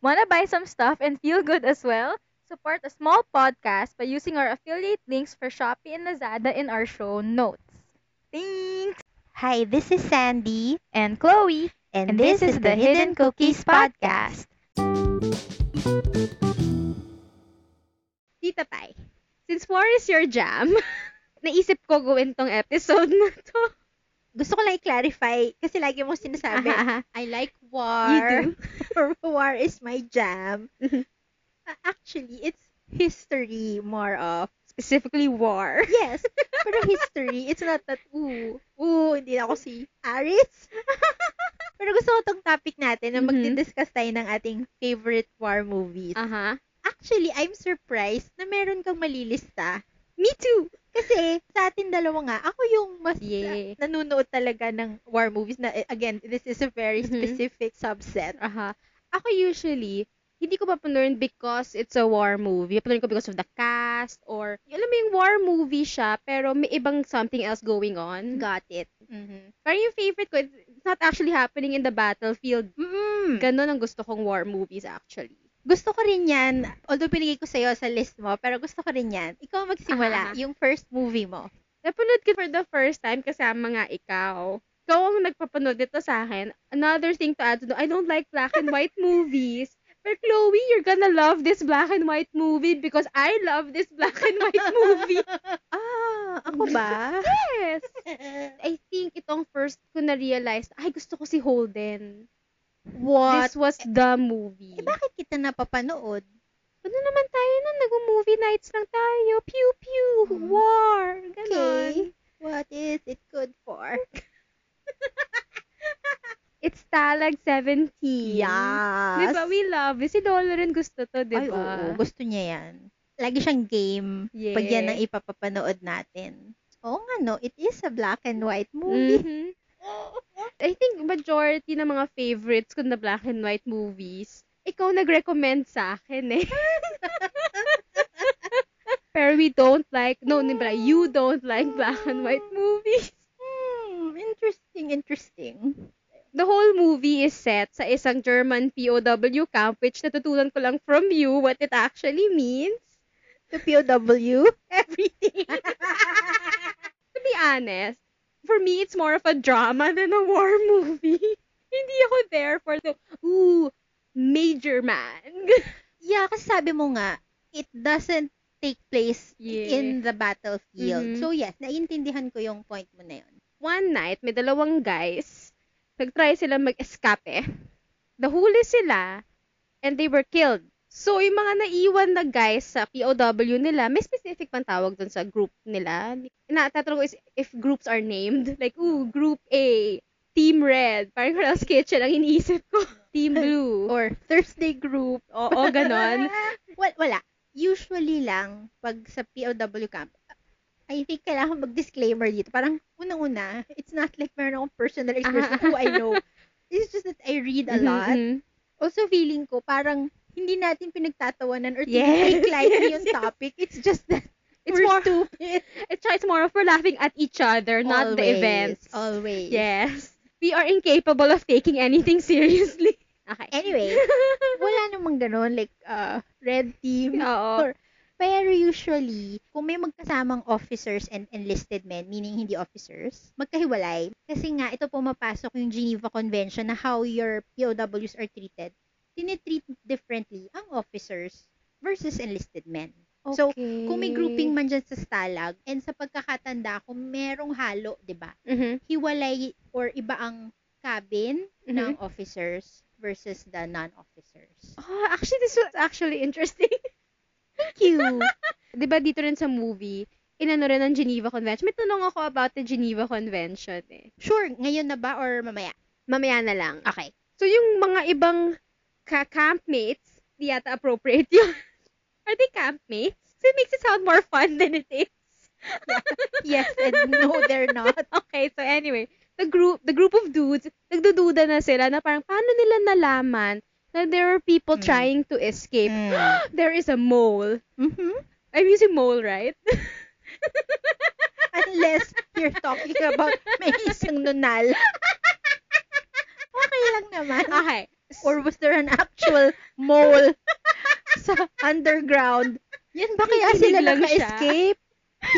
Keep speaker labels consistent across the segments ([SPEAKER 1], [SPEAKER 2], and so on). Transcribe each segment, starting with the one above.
[SPEAKER 1] Wanna buy some stuff and feel good as well? Support a small podcast by using our affiliate links for Shopee and Lazada in our show notes. Thanks!
[SPEAKER 2] Hi, this is Sandy,
[SPEAKER 1] And Chloe,
[SPEAKER 2] and, this, is the Hidden Cookies Podcast.
[SPEAKER 3] Tita Pai, since war is your jam, naisip ko gawin tong episode na to.
[SPEAKER 2] Gusto ko lang i-clarify kasi lagi mong sinasabi, I like war.
[SPEAKER 3] You
[SPEAKER 2] do. war is my jam.
[SPEAKER 3] Mhm.
[SPEAKER 2] A- Actually, it's history more of.
[SPEAKER 3] Specifically, war.
[SPEAKER 2] Yes, pero history, it's not that, ooh, ooh, hindi na ako si Aris. pero gusto ko tong topic natin na
[SPEAKER 3] Mhm.
[SPEAKER 2] magdi-discuss tayo ng ating favorite war movies.
[SPEAKER 3] Aha.
[SPEAKER 2] Actually, I'm surprised na meron kang malilista.
[SPEAKER 3] Me too!
[SPEAKER 2] Kasi sa atin dalawa nga, ako yung mas
[SPEAKER 3] Yeah.
[SPEAKER 2] na- nanonood talaga ng war movies na eh, again, this is a very
[SPEAKER 3] Mhm.
[SPEAKER 2] specific subset.
[SPEAKER 3] Aha. Ako usually, hindi ko papanoorin because it's a war movie. Papanoorin ko because of the cast or, alam mo yung war movie siya, pero may ibang something else going on.
[SPEAKER 2] Got it. Mm-hmm.
[SPEAKER 3] Parang yung favorite ko, it's it's not actually happening in the battlefield.
[SPEAKER 2] Mm-mm.
[SPEAKER 3] Ganon ang gusto kong war movies actually.
[SPEAKER 2] Gusto ko rin yan, although pinigay ko sa'yo sa list mo, pero gusto ko rin yan. Ikaw magsimula,
[SPEAKER 3] Aha.
[SPEAKER 2] yung first movie mo.
[SPEAKER 3] Napanood ko for the first time kasama nga ikaw. Ikaw ang nagpapanood nito sa akin. Another thing to add to, I don't like black and white movies. But Chloe, you're gonna love this black and white movie because I love this black and white movie.
[SPEAKER 2] Ah, ako ba?
[SPEAKER 3] yes!
[SPEAKER 2] Eh,
[SPEAKER 3] I think itong first ko na-realize, ay gusto ko si Holden.
[SPEAKER 2] What?
[SPEAKER 3] This was the movie.
[SPEAKER 2] Eh, bakit kita napapanood?
[SPEAKER 3] Ano naman tayo nun? Nag-movie nights lang tayo. Pew, pew,
[SPEAKER 2] Hmm.
[SPEAKER 3] war.
[SPEAKER 2] Okay.
[SPEAKER 3] Ganon.
[SPEAKER 2] What is it good for?
[SPEAKER 3] It's Talag 17.
[SPEAKER 2] Hmm. Yes.
[SPEAKER 3] Diba? We love it. Si Lolo rin gusto to, diba?
[SPEAKER 2] Ay, oo. Gusto niya yan. Lagi siyang game.
[SPEAKER 3] Yes.
[SPEAKER 2] Pag yan ang ipapapanood natin. Oo nga, no. It is a black and white movie.
[SPEAKER 3] Mhm. I think majority ng mga favorites ko na black and white movies, ikaw nag-recommend sa akin eh. Pero we don't like, no, nibra, you don't like black and white movies.
[SPEAKER 2] Hmm, interesting, interesting.
[SPEAKER 3] The whole movie is set sa isang German POW camp which natutunan ko lang from you what it actually means.
[SPEAKER 2] The POW, everything.
[SPEAKER 3] to be honest, for me, it's more of a drama than a war movie. Hindi ako there for the, ooh, major man.
[SPEAKER 2] yeah, kasi sabi mo nga, it doesn't take place
[SPEAKER 3] Yeah.
[SPEAKER 2] in the battlefield.
[SPEAKER 3] Mhm.
[SPEAKER 2] So yes, naiintindihan ko yung point mo na yun.
[SPEAKER 3] One night, may dalawang guys, nagtry sila mag-escape. Nahuli sila, and they were killed. So, yung mga naiwan na guys sa POW nila, may specific pang tawag dun sa group nila. Natatanong ko is if groups are named. Like, ooh, group A, team red. Parang Hell's Kitchen ang iniisip ko. Team blue.
[SPEAKER 2] Or Thursday group.
[SPEAKER 3] Oo, ganon.
[SPEAKER 2] Wal, wala. Usually lang, pag sa POW camp, I think kailangan mag-disclaimer dito. Parang, unang-una, it's not like meron akong personal experience of
[SPEAKER 3] Ah.
[SPEAKER 2] who I know. It's just that I read a lot.
[SPEAKER 3] Mhm.
[SPEAKER 2] Also, feeling ko, parang, hindi natin pinagtatawanan or
[SPEAKER 3] Yes,
[SPEAKER 2] yes, take lightly
[SPEAKER 3] yes,
[SPEAKER 2] yung
[SPEAKER 3] yes.
[SPEAKER 2] topic. It's just that
[SPEAKER 3] It's
[SPEAKER 2] we're
[SPEAKER 3] more-
[SPEAKER 2] stupid.
[SPEAKER 3] It's, it's more of we're laughing at each other, not the
[SPEAKER 2] Always,
[SPEAKER 3] events.
[SPEAKER 2] Always.
[SPEAKER 3] Yes. We are incapable of taking anything seriously. Okay.
[SPEAKER 2] Anyway, wala namang ganun. Like, uh, red team.
[SPEAKER 3] Oo.
[SPEAKER 2] Or- Pero usually, kung may magkasamang officers and enlisted men, meaning hindi officers, magkahiwalay. Kasi nga, ito pumapasok yung Geneva Convention na how your POWs are treated. Tinitreat differently ang officers versus enlisted men. So, kung may grouping man dyan sa stalag, and sa pagkakatanda ko, merong halo, di ba?
[SPEAKER 3] Mhm,
[SPEAKER 2] Hiwalay or iba ang cabin
[SPEAKER 3] mhm.
[SPEAKER 2] ng officers versus the non-officers.
[SPEAKER 3] Oh, actually, this was actually interesting.
[SPEAKER 2] Thank you!
[SPEAKER 3] Di ba dito rin sa movie, inano rin ang Geneva Convention. May tanong ako about the Geneva Convention eh.
[SPEAKER 2] Sure, ngayon na ba or mamaya?
[SPEAKER 3] Mamaya na lang.
[SPEAKER 2] Okay.
[SPEAKER 3] So, yung mga ibang ka-campmates, di yata appropriate yun. Are they campmates? So, it makes it sound more fun than it is.
[SPEAKER 2] Yes and no, they're not.
[SPEAKER 3] Okay, so anyway, the group, the group of dudes, nagdududa na sila na parang paano nila nalaman na there are people
[SPEAKER 2] Mm.
[SPEAKER 3] trying to escape.
[SPEAKER 2] Mm.
[SPEAKER 3] There is a mole.
[SPEAKER 2] Mhm.
[SPEAKER 3] I'm using mole, right?
[SPEAKER 2] Unless you're talking about may isang nunal. Okay lang naman.
[SPEAKER 3] okay.
[SPEAKER 2] Or was there an actual mole sa underground? Yan ba kaya
[SPEAKER 3] Nakikinig
[SPEAKER 2] sila
[SPEAKER 3] lang siya.
[SPEAKER 2] naka-escape?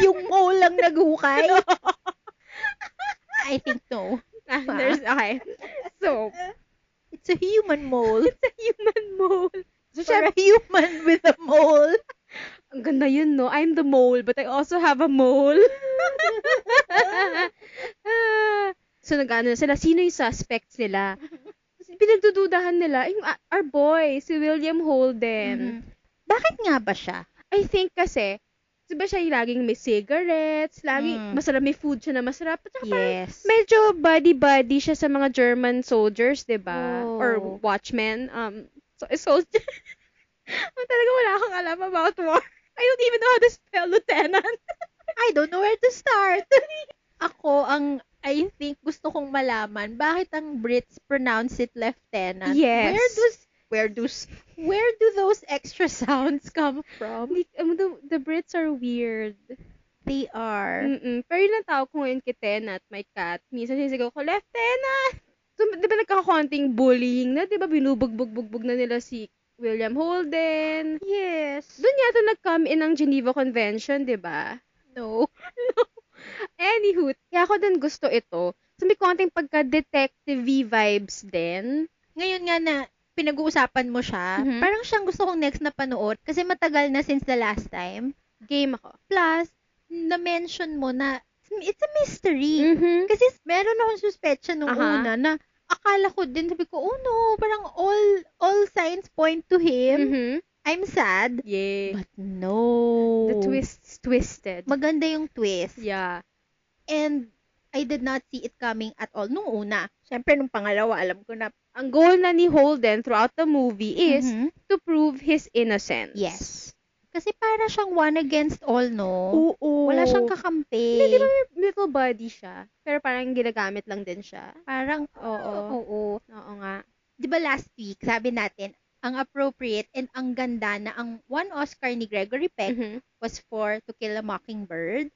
[SPEAKER 2] Yung mole lang naghukay? I think no.
[SPEAKER 3] Ah,
[SPEAKER 2] Pa?
[SPEAKER 3] there's, okay. So,
[SPEAKER 2] It's a human mole.
[SPEAKER 3] it's a human mole. So,
[SPEAKER 2] Or
[SPEAKER 3] syempre,
[SPEAKER 2] a human with a mole.
[SPEAKER 3] ang ganda yun, no? I'm the mole, but I also have a mole. so, nag-ano na sila, sino yung suspects nila? Pinagdududahan nila, yung ah, our boy, si William Holden.
[SPEAKER 2] Mhm. Bakit nga ba siya?
[SPEAKER 3] I think kasi, di ba siya yung laging may cigarettes, lagi,
[SPEAKER 2] Mm.
[SPEAKER 3] masarap, may food siya na masarap. At saka parang
[SPEAKER 2] Yes.
[SPEAKER 3] medyo buddy-buddy siya sa mga German soldiers, di ba?
[SPEAKER 2] Oh.
[SPEAKER 3] Or watchmen. Um, so, eh, soldier. oh, talaga wala akong alam about war. I don't even know how to spell lieutenant.
[SPEAKER 2] I don't know where to start. Ako ang I think gusto kong malaman bakit ang Brits pronounce it lieutenant.
[SPEAKER 3] Yes.
[SPEAKER 2] Where does where does where do those extra sounds come from?
[SPEAKER 3] Hindi- um, the, the Brits are weird.
[SPEAKER 2] They are.
[SPEAKER 3] Mm-mm. Pero yun ang tawag ko ngayon kay Tenat, my cat. Minsan sinisigaw ko, Lieutenant! So, di ba nagkakakonting bullying na? Di ba binubugbog-bugbog na nila si William Holden?
[SPEAKER 2] Yes.
[SPEAKER 3] Doon yata nag-come in ang Geneva Convention, di ba?
[SPEAKER 2] No.
[SPEAKER 3] Anywho, kaya ako din gusto ito. So, may konting pagka-detective vibes din.
[SPEAKER 2] Ngayon nga na pinag-uusapan mo siya,
[SPEAKER 3] Mhm.
[SPEAKER 2] parang siyang gusto kong next na panood kasi matagal na since the last time.
[SPEAKER 3] Game ako.
[SPEAKER 2] Plus, na-mention mo na it's a mystery.
[SPEAKER 3] Mm-hmm.
[SPEAKER 2] Kasi meron akong suspecha nung
[SPEAKER 3] Aha.
[SPEAKER 2] una na akala ko din, sabi ko, oh no, parang all all signs point to him.
[SPEAKER 3] Mm-hmm.
[SPEAKER 2] I'm sad.
[SPEAKER 3] Yay.
[SPEAKER 2] But no.
[SPEAKER 3] The twist's twisted.
[SPEAKER 2] Maganda yung twist.
[SPEAKER 3] yeah.
[SPEAKER 2] And I did not see it coming at all nung una. Siyempre, nung pangalawa, alam ko na.
[SPEAKER 3] Ang goal na ni Holden throughout the movie is
[SPEAKER 2] Mhm.
[SPEAKER 3] to prove his innocence.
[SPEAKER 2] Yes. Kasi para siyang one against all, no?
[SPEAKER 3] Oo.
[SPEAKER 2] Wala siyang kakampi.
[SPEAKER 3] Hindi, di ba may little body siya? Pero parang ginagamit lang din siya.
[SPEAKER 2] Parang,
[SPEAKER 3] Ah, Oo.
[SPEAKER 2] oo.
[SPEAKER 3] Oo nga.
[SPEAKER 2] di ba last week, sabi natin, ang appropriate and ang ganda na ang one Oscar ni Gregory Peck
[SPEAKER 3] Mhm.
[SPEAKER 2] was for To Kill a Mockingbird.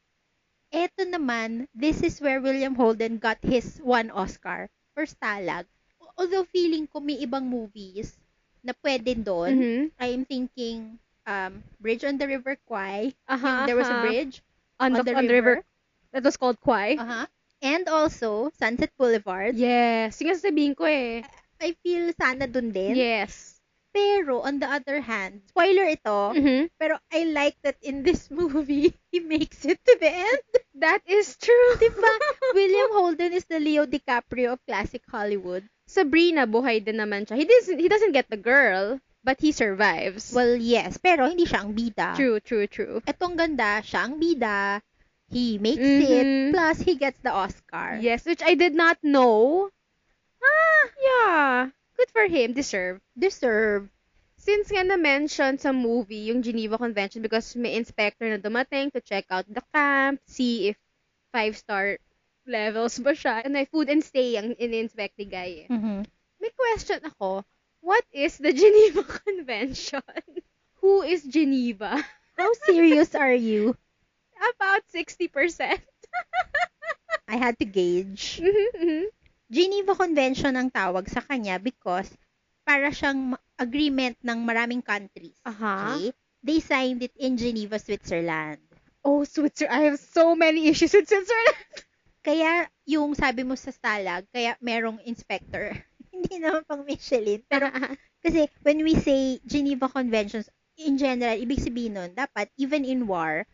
[SPEAKER 2] Eto naman, this is where William Holden got his one Oscar for Stalag. Although feeling ko may ibang movies na pwede doon,
[SPEAKER 3] Mhm.
[SPEAKER 2] I'm thinking um, Bridge on the River Kwai. Um,
[SPEAKER 3] Aha,
[SPEAKER 2] There was a
[SPEAKER 3] aha.
[SPEAKER 2] bridge
[SPEAKER 3] Uh-huh. on, the, on the river. Ah. That was called Kwai.
[SPEAKER 2] Aha. Uh-huh. And also, Sunset Boulevard.
[SPEAKER 3] Yes. Yung sasabihin ko eh.
[SPEAKER 2] I feel sana dun din.
[SPEAKER 3] Yes.
[SPEAKER 2] Pero, on the other hand, spoiler ito,
[SPEAKER 3] Mhm.
[SPEAKER 2] pero I like that in this movie, he makes it to the end.
[SPEAKER 3] That is true.
[SPEAKER 2] Diba? William Holden is the Leo DiCaprio of classic Hollywood.
[SPEAKER 3] Sabrina, buhay din naman siya. He doesn't, he doesn't get the girl, but he survives.
[SPEAKER 2] Well, yes, pero hindi siya ang bida.
[SPEAKER 3] true, true, true.
[SPEAKER 2] Etong ganda, siya ang bida. He makes
[SPEAKER 3] Mhm.
[SPEAKER 2] it, plus he gets the Oscar.
[SPEAKER 3] Yes, which I did not know. Ah, yeah. Good for him. Deserve.
[SPEAKER 2] Deserve.
[SPEAKER 3] Since nga na-mention sa movie yung Geneva Convention because may inspector na dumating to check out the camp, see if five-star levels ba siya. And may food and stay ang in-inspect ni Guy. eh. May question ako. What is the Geneva Convention? Who is Geneva?
[SPEAKER 2] How serious are you?
[SPEAKER 3] About 60%.
[SPEAKER 2] I had to gauge.
[SPEAKER 3] Mhm, mhm.
[SPEAKER 2] Geneva Convention ang tawag sa kanya because para siyang ma- agreement ng maraming countries.
[SPEAKER 3] Aha.
[SPEAKER 2] Okay? They signed it in Geneva, Switzerland.
[SPEAKER 3] Oh, Switzerland. I have so many issues with Switzerland.
[SPEAKER 2] Kaya yung sabi mo sa stalag, kaya merong inspector. Hindi naman pang Michelin. Pero kasi when we say Geneva Conventions, in general, ibig sabihin nun, dapat even in war,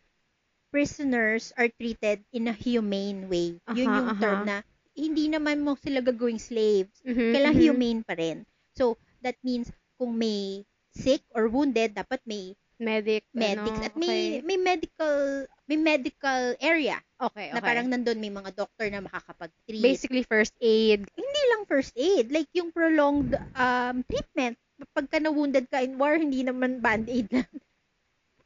[SPEAKER 2] prisoners are treated in a humane way. Yun
[SPEAKER 3] Aha,
[SPEAKER 2] yung term
[SPEAKER 3] aha.
[SPEAKER 2] na hindi naman mo sila gagawing slaves.
[SPEAKER 3] Mhm,
[SPEAKER 2] kailangan
[SPEAKER 3] mhm.
[SPEAKER 2] humane pa rin. So, that means kung may sick or wounded, dapat may
[SPEAKER 3] Medic.
[SPEAKER 2] medics
[SPEAKER 3] ano,
[SPEAKER 2] at may may medical may medical area
[SPEAKER 3] Okay, okay.
[SPEAKER 2] na parang nandun may mga doctor na makakapag-treat.
[SPEAKER 3] basically first aid.
[SPEAKER 2] Hindi lang first aid, like yung prolonged um, treatment. Pagka na-wounded ka in war, hindi naman band-aid lang.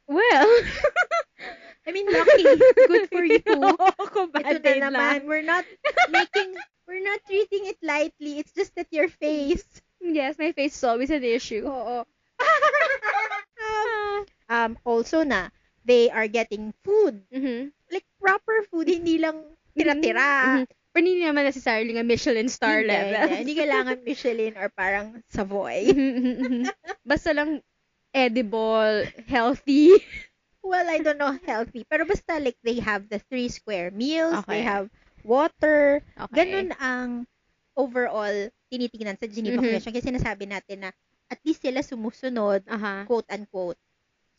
[SPEAKER 3] Well,
[SPEAKER 2] I mean, lucky. Good for you.
[SPEAKER 3] Ako
[SPEAKER 2] Ito
[SPEAKER 3] band-aid
[SPEAKER 2] na naman. We're not making, we're not treating it lightly. It's just that your face.
[SPEAKER 3] Yes, my face is always an issue. Oo.
[SPEAKER 2] Um, also na, they are getting food.
[SPEAKER 3] mm
[SPEAKER 2] Like, proper food, hindi lang tira-tira.
[SPEAKER 3] Mhm. Pero hindi naman necessarily nga Michelin star
[SPEAKER 2] Hindi,
[SPEAKER 3] level.
[SPEAKER 2] Hindi, hindi kailangan Michelin or parang Savoy.
[SPEAKER 3] Mhm. Basta lang edible, healthy.
[SPEAKER 2] Well, I don't know healthy. Pero basta like they have the three square meals, they
[SPEAKER 3] Okay.
[SPEAKER 2] have water.
[SPEAKER 3] Okay.
[SPEAKER 2] Ganun ang overall tinitingnan sa Geneva
[SPEAKER 3] Mhm.
[SPEAKER 2] Convention kasi sinasabi natin na at least sila sumusunod,
[SPEAKER 3] Aha.
[SPEAKER 2] quote unquote.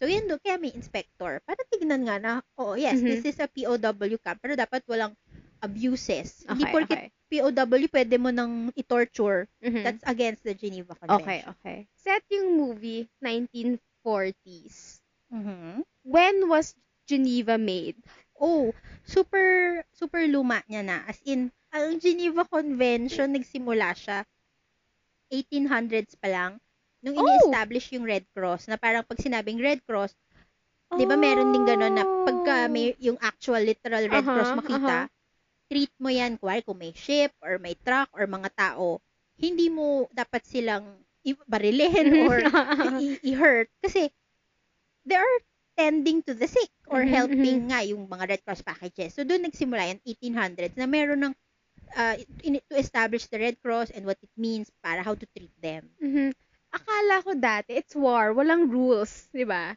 [SPEAKER 2] So yun doon, kaya may inspector. Para tignan nga na, oh yes,
[SPEAKER 3] Mhm.
[SPEAKER 2] this is a POW camp, pero dapat walang abuses. Hindi
[SPEAKER 3] Okay,
[SPEAKER 2] porket
[SPEAKER 3] okay.
[SPEAKER 2] POW pwede mo nang i-torture.
[SPEAKER 3] Mhm.
[SPEAKER 2] That's against the Geneva
[SPEAKER 3] okay,
[SPEAKER 2] Convention.
[SPEAKER 3] okay. Set yung movie, 1940s.
[SPEAKER 2] Mhm.
[SPEAKER 3] When was Geneva made?
[SPEAKER 2] Oh, super super luma niya na. As in, ang Geneva Convention nagsimula siya 1800s pa lang nung
[SPEAKER 3] Oh!
[SPEAKER 2] ini-establish yung Red Cross na parang pag sinabing Red Cross, 'di ba meron ding gano'n na pagka may yung actual literal Red
[SPEAKER 3] Aha,
[SPEAKER 2] Cross makita, treat mo yan kuwari kung may ship or may truck or mga tao, hindi mo dapat silang i- barilin or i- i-hurt kasi they are tending to the sick or
[SPEAKER 3] Mhm,
[SPEAKER 2] helping nga yung mga Red Cross packages. So doon nagsimula yung 1800s na meron ng uh, in- to establish the Red Cross and what it means para how to treat them.
[SPEAKER 3] Mhm. Akala ko dati, it's war, walang rules, di ba?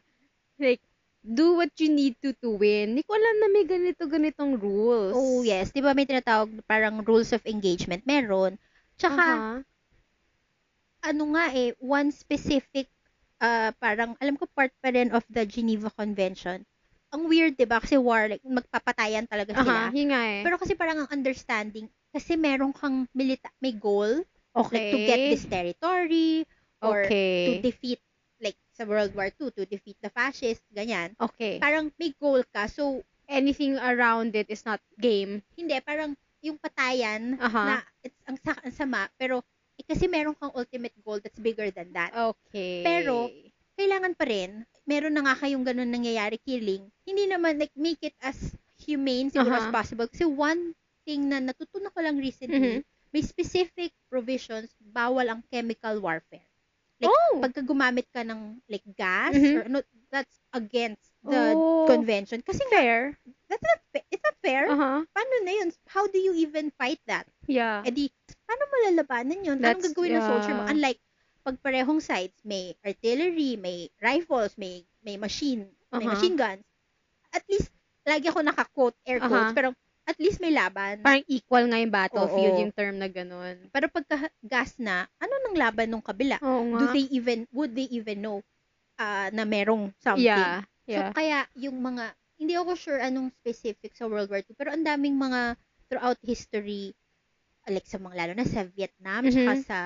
[SPEAKER 3] Like, do what you need to to win. Hindi ko alam na may ganito-ganitong rules.
[SPEAKER 2] Oh yes, 'di ba may tinatawag na parang rules of engagement meron. Tsaka
[SPEAKER 3] Aha.
[SPEAKER 2] ano nga eh one specific uh, parang alam ko part pa rin of the Geneva Convention. Ang weird 'di ba kasi war like magpapatayan talaga
[SPEAKER 3] Aha,
[SPEAKER 2] sila.
[SPEAKER 3] yun nga eh.
[SPEAKER 2] Pero kasi parang ang understanding, kasi meron kang milita- may goal, like to get this territory, or
[SPEAKER 3] okay.
[SPEAKER 2] to defeat, like sa World War II, to defeat the fascists, ganyan.
[SPEAKER 3] okay.
[SPEAKER 2] Parang may goal ka, so
[SPEAKER 3] Anything around it is not game. Uh-huh.
[SPEAKER 2] hindi, parang yung patayan, na
[SPEAKER 3] Aha.
[SPEAKER 2] it's, ang, sa- ang sama, pero eh, kasi meron kang ultimate goal that's bigger than that.
[SPEAKER 3] okay.
[SPEAKER 2] Pero, Kailangan pa rin, meron na nga kayong ganun nangyayari, killing, hindi naman, like, make it as humane siguro as
[SPEAKER 3] Aha.
[SPEAKER 2] possible. Kasi one thing na natutunan ko lang recently,
[SPEAKER 3] Mhm.
[SPEAKER 2] may specific provisions bawal ang chemical warfare. Like,
[SPEAKER 3] oh!
[SPEAKER 2] Pagka gumamit ka ng like gas
[SPEAKER 3] Mhm.
[SPEAKER 2] or ano, that's against the
[SPEAKER 3] Oh.
[SPEAKER 2] convention kasi nga,
[SPEAKER 3] fair. Uh-huh.
[SPEAKER 2] that's not fa- it's not fair.
[SPEAKER 3] Aha.
[SPEAKER 2] Paano na yun? How do you even fight that?
[SPEAKER 3] Yeah.
[SPEAKER 2] E di, paano malalabanan yun? Anong
[SPEAKER 3] Ah. That's-
[SPEAKER 2] gagawin ng soldier mo?
[SPEAKER 3] yeah.
[SPEAKER 2] Unlike, pag parehong sides, may artillery, may rifles, may may machine, may
[SPEAKER 3] Aha.
[SPEAKER 2] machine guns. At least, lagi ako naka-quote, air quotes,
[SPEAKER 3] Aha.
[SPEAKER 2] pero at least may laban.
[SPEAKER 3] Uh-huh. Parang equal nga yung battlefield,
[SPEAKER 2] Oo.
[SPEAKER 3] yung term na ganun.
[SPEAKER 2] Pero pagka gas na, ano nang laban nung kabila?
[SPEAKER 3] Oo nga.
[SPEAKER 2] Do they even, would they even know ah, na merong something?
[SPEAKER 3] Yeah. Yeah.
[SPEAKER 2] So, kaya yung mga, hindi ako sure anong specific sa World War II, pero ang daming mga throughout history, like sa mga lalo na sa Vietnam,
[SPEAKER 3] Mhm.
[SPEAKER 2] tsaka sa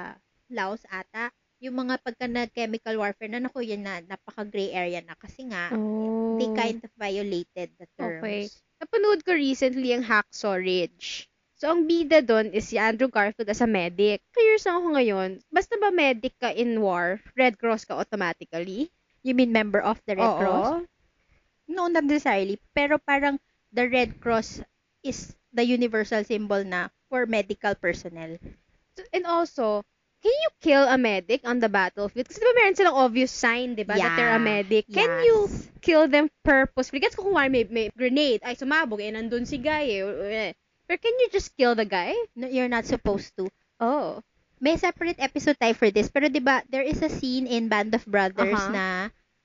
[SPEAKER 2] Laos ata, yung mga pagka na chemical warfare na naku, yan na, napaka-gray area na kasi nga,
[SPEAKER 3] oh.
[SPEAKER 2] they kind of violated the terms.
[SPEAKER 3] Okay. Napanood ko recently ang Hacksaw Ridge. So, ang bida doon is si Andrew Garfield as a medic. Curious lang ako ngayon, basta ba medic ka in war, Red Cross ka automatically?
[SPEAKER 2] You mean member of the Red
[SPEAKER 3] Oo.
[SPEAKER 2] Cross? No, not necessarily. Pero parang the Red Cross is the universal symbol na for medical personnel.
[SPEAKER 3] So- And also, can you kill a medic on the battlefield? Kasi di ba meron silang obvious sign, di ba, that they're a
[SPEAKER 2] Yeah.
[SPEAKER 3] medic. Can
[SPEAKER 2] Yes.
[SPEAKER 3] you kill them purposefully? Gets ko kung wala may, may grenade, ay sumabog, eh, nandun si guy, eh. Pero can you just kill the guy?
[SPEAKER 2] No, you're not supposed to.
[SPEAKER 3] Oh.
[SPEAKER 2] May separate episode tayo for this. Pero 'di ba there is a scene in Band of Brothers
[SPEAKER 3] Aha.
[SPEAKER 2] na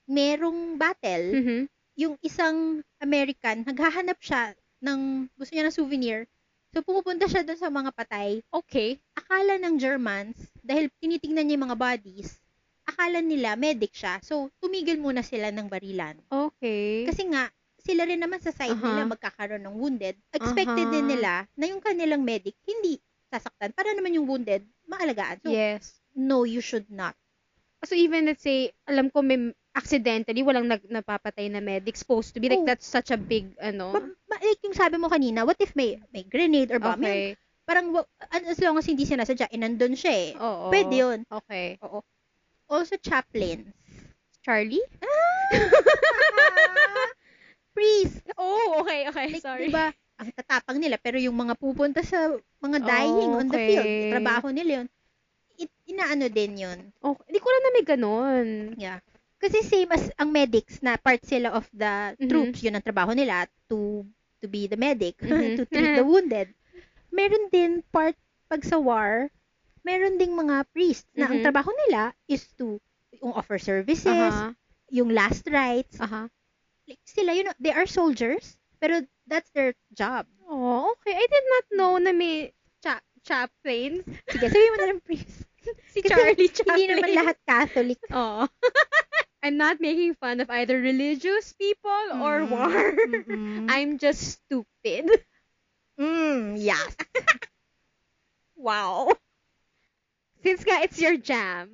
[SPEAKER 2] merong battle.
[SPEAKER 3] Mm-hmm.
[SPEAKER 2] Yung isang American, naghahanap siya ng, gusto niya ng souvenir. So, pumupunta siya doon sa mga patay.
[SPEAKER 3] Okay.
[SPEAKER 2] Akala ng Germans, dahil tinitingnan niya yung mga bodies, akala nila medic siya. So, tumigil muna sila ng barilan.
[SPEAKER 3] Okay.
[SPEAKER 2] Kasi nga, sila rin naman sa side
[SPEAKER 3] Aha.
[SPEAKER 2] nila magkakaroon ng wounded. Expected
[SPEAKER 3] Aha.
[SPEAKER 2] din nila na yung kanilang medic hindi sasaktan para naman yung wounded maalagaan. So,
[SPEAKER 3] yes.
[SPEAKER 2] no, you should not.
[SPEAKER 3] So even let's say, alam ko may accidentally walang nag, napapatay na medic supposed to be like
[SPEAKER 2] Oh.
[SPEAKER 3] that's such a big ano.
[SPEAKER 2] Ma- ma- like yung sabi mo kanina, what if may may grenade or bomb? Yun,
[SPEAKER 3] Okay.
[SPEAKER 2] parang wa- an- as long as hindi siya nasadya, eh, nandun siya eh.
[SPEAKER 3] Oo.
[SPEAKER 2] Pwede yun.
[SPEAKER 3] Okay.
[SPEAKER 2] Oo. Also, chaplains. Ah!
[SPEAKER 3] Charlie?
[SPEAKER 2] Priest.
[SPEAKER 3] Oh, okay, okay.
[SPEAKER 2] Like,
[SPEAKER 3] Sorry.
[SPEAKER 2] Diba, ang tatapang nila, pero yung mga pupunta sa mga
[SPEAKER 3] Oh,
[SPEAKER 2] dying on the
[SPEAKER 3] okay.
[SPEAKER 2] field, trabaho nila yun, it, inaano din yun.
[SPEAKER 3] Okay. Hindi oh, ko alam na may ganun.
[SPEAKER 2] Yeah. Kasi same as ang medics na part sila of the
[SPEAKER 3] Mhm.
[SPEAKER 2] troops, yun ang trabaho nila to to be the medic,
[SPEAKER 3] Mhm.
[SPEAKER 2] to treat the wounded. meron din part pag sa war, meron ding mga priest na ang
[SPEAKER 3] Mhm.
[SPEAKER 2] trabaho nila is to yung offer services,
[SPEAKER 3] Aha.
[SPEAKER 2] yung last rites.
[SPEAKER 3] Aha.
[SPEAKER 2] Like, sila, you know, they are soldiers, pero that's their job.
[SPEAKER 3] Oh, okay. I did not know na may cha chaplains.
[SPEAKER 2] Sige, sabihin mo na lang priest.
[SPEAKER 3] Si
[SPEAKER 2] Kasi
[SPEAKER 3] Charlie Chaplin.
[SPEAKER 2] Hindi naman lahat Catholic.
[SPEAKER 3] Oh. I'm not making fun of either religious people or
[SPEAKER 2] Mm,
[SPEAKER 3] war.
[SPEAKER 2] mm-mm.
[SPEAKER 3] I'm just stupid.
[SPEAKER 2] Mm, yes.
[SPEAKER 3] Wow. Since nga it's your jam.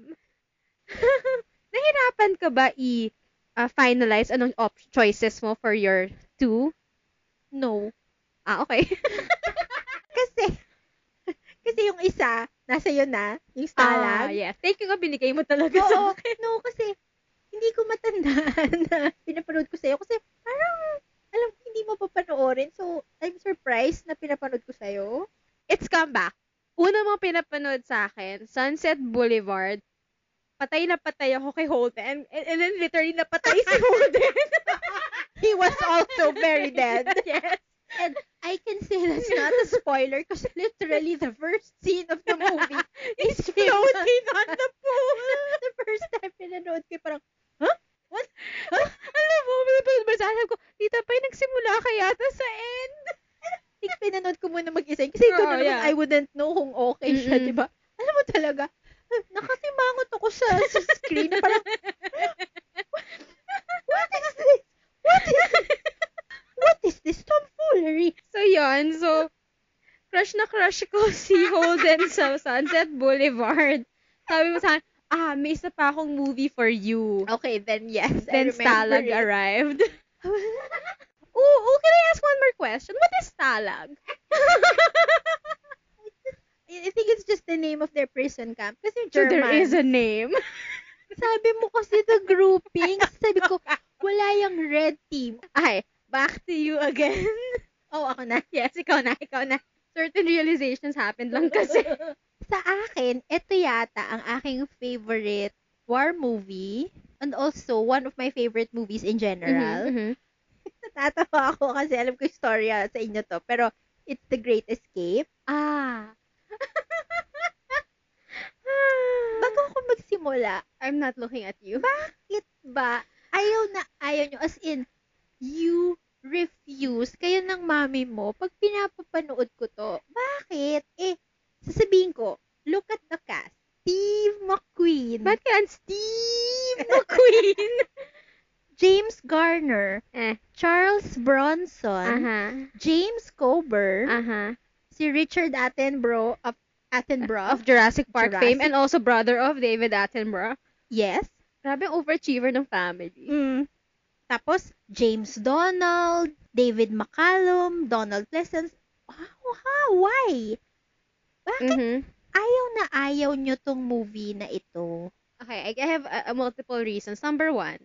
[SPEAKER 3] Nahirapan ka ba i uh, finalize anong op- choices mo for your two?
[SPEAKER 2] No.
[SPEAKER 3] Ah, okay.
[SPEAKER 2] Kasi, kasi yung isa, nasa yun na, yung stalag.
[SPEAKER 3] Ah, yeah. Thank you nga binigay mo talaga sa
[SPEAKER 2] Oo,
[SPEAKER 3] akin.
[SPEAKER 2] no, kasi hindi ko matandaan na pinapanood ko sa'yo. Kasi parang, alam ko, hindi mo papanoorin. So, I'm surprised na pinapanood ko sa'yo.
[SPEAKER 3] It's comeback. Una mong pinapanood sa akin, Sunset Boulevard. Patay na patay ako kay Holden. And, and then literally napatay si Holden.
[SPEAKER 2] He was also very dead.
[SPEAKER 3] yes.
[SPEAKER 2] And I can say that's not a spoiler kasi literally the first scene of the movie is
[SPEAKER 3] Floating on the pool.
[SPEAKER 2] the first time pinanood ko, parang,
[SPEAKER 3] Huh? Alam mo, sabi ko, Tita Pai, nagsimula ka yata sa end.
[SPEAKER 2] like, pinanood ko muna mag-isa. yun. Kasi ito
[SPEAKER 3] Oo,
[SPEAKER 2] na naman,
[SPEAKER 3] yeah.
[SPEAKER 2] I wouldn't know kung okay siya,
[SPEAKER 3] Mm-mm.
[SPEAKER 2] di ba? Alam mo talaga, nakasimangot ako sa, sa screen na parang, what is this? What is this? What is this tomfoolery?
[SPEAKER 3] So, yun. So, crush na crush ko si Holden sa Sunset Boulevard. Sabi mo sa akin, ah, may isa pa akong movie for you.
[SPEAKER 2] Okay, then yes,
[SPEAKER 3] Then Stalag
[SPEAKER 2] it.
[SPEAKER 3] arrived. Ooh, ooh, can I ask one more question? What is Stalag?
[SPEAKER 2] I think it's just the name of their prison camp. Kasi
[SPEAKER 3] So,
[SPEAKER 2] German.
[SPEAKER 3] there is a name.
[SPEAKER 2] Sabi mo kasi the grouping. Sabi ko, wala yung red team.
[SPEAKER 3] Ay, back to you again.
[SPEAKER 2] Oh, ako na.
[SPEAKER 3] yes, ikaw na, ikaw na. Certain realizations happened lang kasi.
[SPEAKER 2] Sa akin, ito yata ang aking favorite war movie and also one of my favorite movies in general.
[SPEAKER 3] Mhm, mhm.
[SPEAKER 2] Natatawa ako kasi alam ko yung story ah, sa inyo to. Pero it's The Great Escape.
[SPEAKER 3] Ah.
[SPEAKER 2] Bago ako magsimula,
[SPEAKER 3] I'm not looking at you.
[SPEAKER 2] it ba, ayaw na ayaw nyo. As in, you refuse kayo ng mami mo pag pinapapanood ko to. Bakit? Eh, sasabihin ko, look at the cast. Steve McQueen.
[SPEAKER 3] Ba't kailan Steve McQueen?
[SPEAKER 2] James Garner.
[SPEAKER 3] eh, Uh-huh.
[SPEAKER 2] Charles Bronson.
[SPEAKER 3] aha,
[SPEAKER 2] James Coburn.
[SPEAKER 3] aha.
[SPEAKER 2] si Richard Attenborough of Attenborough.
[SPEAKER 3] Of Jurassic Park
[SPEAKER 2] Jurassic-
[SPEAKER 3] fame and also brother of David Attenborough.
[SPEAKER 2] yes.
[SPEAKER 3] Grabe ang overachiever ng family.
[SPEAKER 2] Mm. Tapos, James Donald, David McCallum, Donald Pleasence. Wow, ha? Why? Bakit
[SPEAKER 3] Mhm.
[SPEAKER 2] ayaw na ayaw nyo tong movie na ito?
[SPEAKER 3] Okay, I I have uh, multiple reasons. Number one,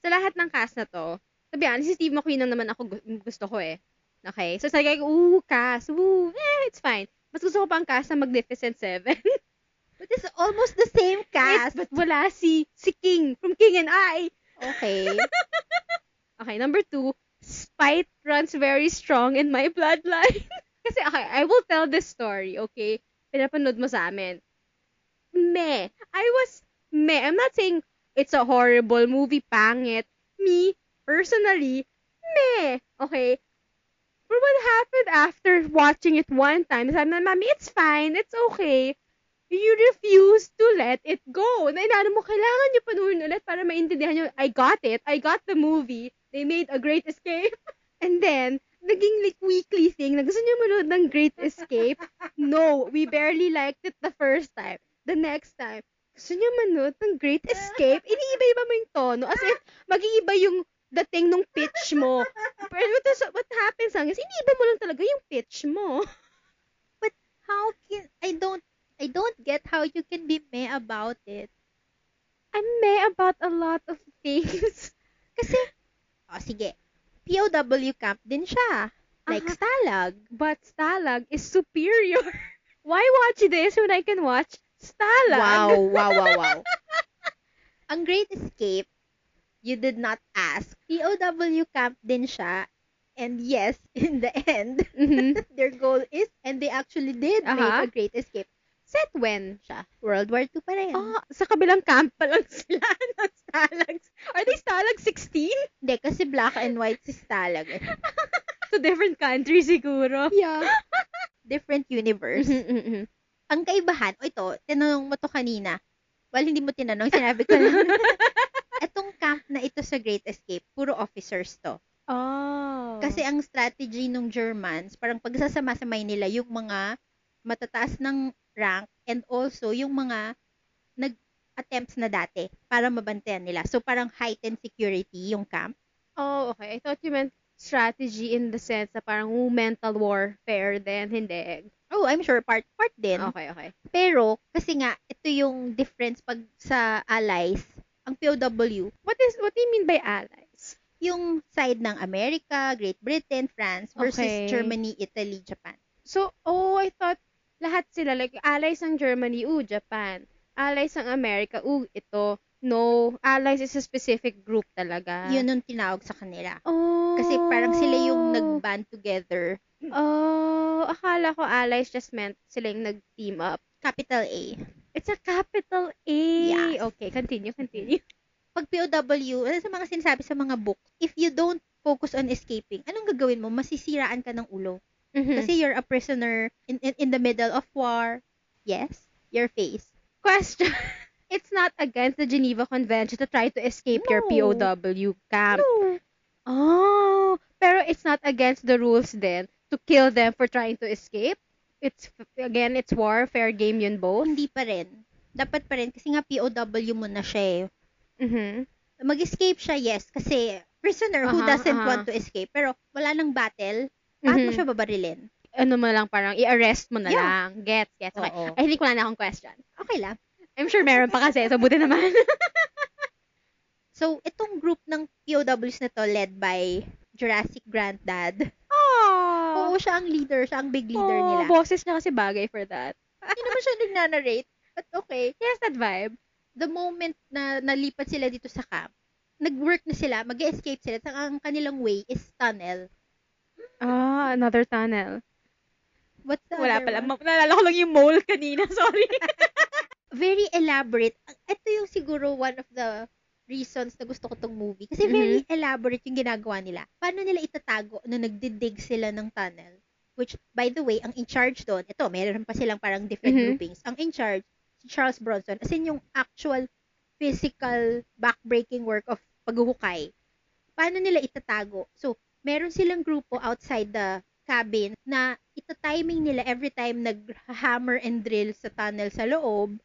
[SPEAKER 3] sa lahat ng cast na to, sabi yan, si Steve McQueen lang naman ako gu- gusto ko eh. Okay? So, sabi ko, ooh, cast, ooh, eh, it's fine. Mas gusto ko pa ang cast ng Magnificent Seven.
[SPEAKER 2] But it's almost the same cast.
[SPEAKER 3] Yes, but wala si, si King from King and I.
[SPEAKER 2] Okay.
[SPEAKER 3] Okay, number two, spite runs very strong in my bloodline. Kasi, okay, I will tell this story, okay? Pinapanood mo sa amin. Me. I was, me. I'm not saying it's a horrible movie, pangit. Me, personally, me. Okay? But what happened after watching it one time, sabi na, Mami, it's fine, it's okay. You refuse to let it go. Na inaano mo, kailangan nyo panuhin ulit para maintindihan nyo, I got it, I got the movie, they made a great escape. And then, naging like weekly thing na gusto nyo manood ng Great Escape. No, we barely liked it the first time. The next time, gusto nyo manood ng Great Escape? Iniiba-iba mo yung tono. As if, mag-iiba yung dating nung pitch mo. Pero what, is, what happens lang is, iniiba mo lang talaga yung pitch mo.
[SPEAKER 2] how can, I don't, I don't get how you can be meh about it.
[SPEAKER 3] I'm meh about a lot of things.
[SPEAKER 2] Kasi, oh sige, POW camp din siya. Like
[SPEAKER 3] Aha.
[SPEAKER 2] Stalag.
[SPEAKER 3] But Stalag is superior. Why watch this when I can watch Stalag?
[SPEAKER 2] wow, wow, wow. Ang Great Escape, you did not ask. POW camp din siya. And yes, in the end,
[SPEAKER 3] Mhm.
[SPEAKER 2] their goal is, and they actually did
[SPEAKER 3] Aha.
[SPEAKER 2] make a great escape
[SPEAKER 3] Set when?
[SPEAKER 2] siya. World War II pa rin.
[SPEAKER 3] Oh, sa kabilang camp pa lang sila ng Stalag. Are they Stalag 16?
[SPEAKER 2] Hindi, kasi black and white si Stalag. eh.
[SPEAKER 3] To different country siguro. Mm-hmm,
[SPEAKER 2] Yeah. Different universe. Ang kaibahan, o ito, tinanong mo to kanina. Well, hindi mo tinanong, sinabi ko lang. Itong camp na ito sa Great Escape, puro officers to.
[SPEAKER 3] Oh.
[SPEAKER 2] Kasi ang strategy ng Germans, parang pagsasama-samay nila yung mga matataas ng rank and also yung mga nag-attempts na dati para mabantayan nila. So parang heightened security yung camp.
[SPEAKER 3] Oh, okay. I thought you meant strategy in the sense na parang oh, mental warfare then hindi.
[SPEAKER 2] Oh, I'm sure part part din.
[SPEAKER 3] Okay, okay.
[SPEAKER 2] Pero kasi nga ito yung difference pag sa allies, ang POW,
[SPEAKER 3] What is what do you mean by allies?
[SPEAKER 2] yung side ng America, Great Britain, France versus
[SPEAKER 3] Okay.
[SPEAKER 2] Germany, Italy, Japan.
[SPEAKER 3] So, oh, I thought lahat sila like allies ng Germany, ooh, Japan. Allies ng America, ooh, ito. No, allies is a specific group talaga.
[SPEAKER 2] Yun yung tinawag sa kanila.
[SPEAKER 3] Oh.
[SPEAKER 2] Kasi parang sila yung nag-band together,
[SPEAKER 3] Oh, akala ko allies just meant sila yung nag-team up.
[SPEAKER 2] capital A.
[SPEAKER 3] It's a capital A.
[SPEAKER 2] Yes.
[SPEAKER 3] Okay, continue, continue.
[SPEAKER 2] pag POW, ano sa mga sinasabi sa mga book, if you don't focus on escaping, anong gagawin mo? Masisiraan ka ng ulo.
[SPEAKER 3] Kasi,
[SPEAKER 2] Kasi you're a prisoner in, in, in the middle of war. Yes, your face.
[SPEAKER 3] question. It's not against the Geneva Convention to try to escape your
[SPEAKER 2] No.
[SPEAKER 3] POW camp.
[SPEAKER 2] No.
[SPEAKER 3] Oh, pero it's not against the rules then to kill them for trying to escape. It's again, it's war, fair game yun both.
[SPEAKER 2] Hindi pa rin. Dapat pa rin kasi nga POW mo na siya eh.
[SPEAKER 3] Mhm.
[SPEAKER 2] Mag-escape siya, yes, kasi prisoner who
[SPEAKER 3] Aha,
[SPEAKER 2] doesn't
[SPEAKER 3] aha.
[SPEAKER 2] want to escape pero wala nang battle, paano mo
[SPEAKER 3] Mhm.
[SPEAKER 2] siya babarilin?
[SPEAKER 3] Ano mo lang parang i-arrest mo na
[SPEAKER 2] Yeah.
[SPEAKER 3] lang. Gets, gets. Okay.
[SPEAKER 2] Oo.
[SPEAKER 3] I think wala na akong question.
[SPEAKER 2] Okay lang.
[SPEAKER 3] I'm sure meron pa kasi, so buti naman.
[SPEAKER 2] So, itong group ng POWs na to led by Jurassic Granddad.
[SPEAKER 3] Oh,
[SPEAKER 2] Oo, siya ang leader, siya ang big leader
[SPEAKER 3] leader
[SPEAKER 2] nila.
[SPEAKER 3] Boses niya kasi bagay for that.
[SPEAKER 2] Hindi naman siya nagnanarrate. But okay,
[SPEAKER 3] Yes, that vibe.
[SPEAKER 2] the moment na nalipat sila dito sa camp, nag-work na sila, mag escape sila, at ang kanilang way is tunnel.
[SPEAKER 3] Ah, another tunnel.
[SPEAKER 2] What's the
[SPEAKER 3] Wala
[SPEAKER 2] other
[SPEAKER 3] pala.
[SPEAKER 2] one?
[SPEAKER 3] Ma- naalala ko lang yung mole kanina. Sorry.
[SPEAKER 2] Very elaborate. Ang- Ito yung siguro one of the reasons na gusto ko tong movie. Kasi
[SPEAKER 3] Mhm.
[SPEAKER 2] very elaborate yung ginagawa nila. Paano nila itatago na nagdidig sila ng tunnel? Which, by the way, ang in-charge doon, ito, meron pa silang parang different
[SPEAKER 3] Mhm.
[SPEAKER 2] groupings. Ang in-charge, si Charles Bronson, as in yung actual physical backbreaking work of paghuhukay. paano nila itatago? So, meron silang grupo outside the cabin na itatiming nila every time nag-hammer and drill sa tunnel sa loob.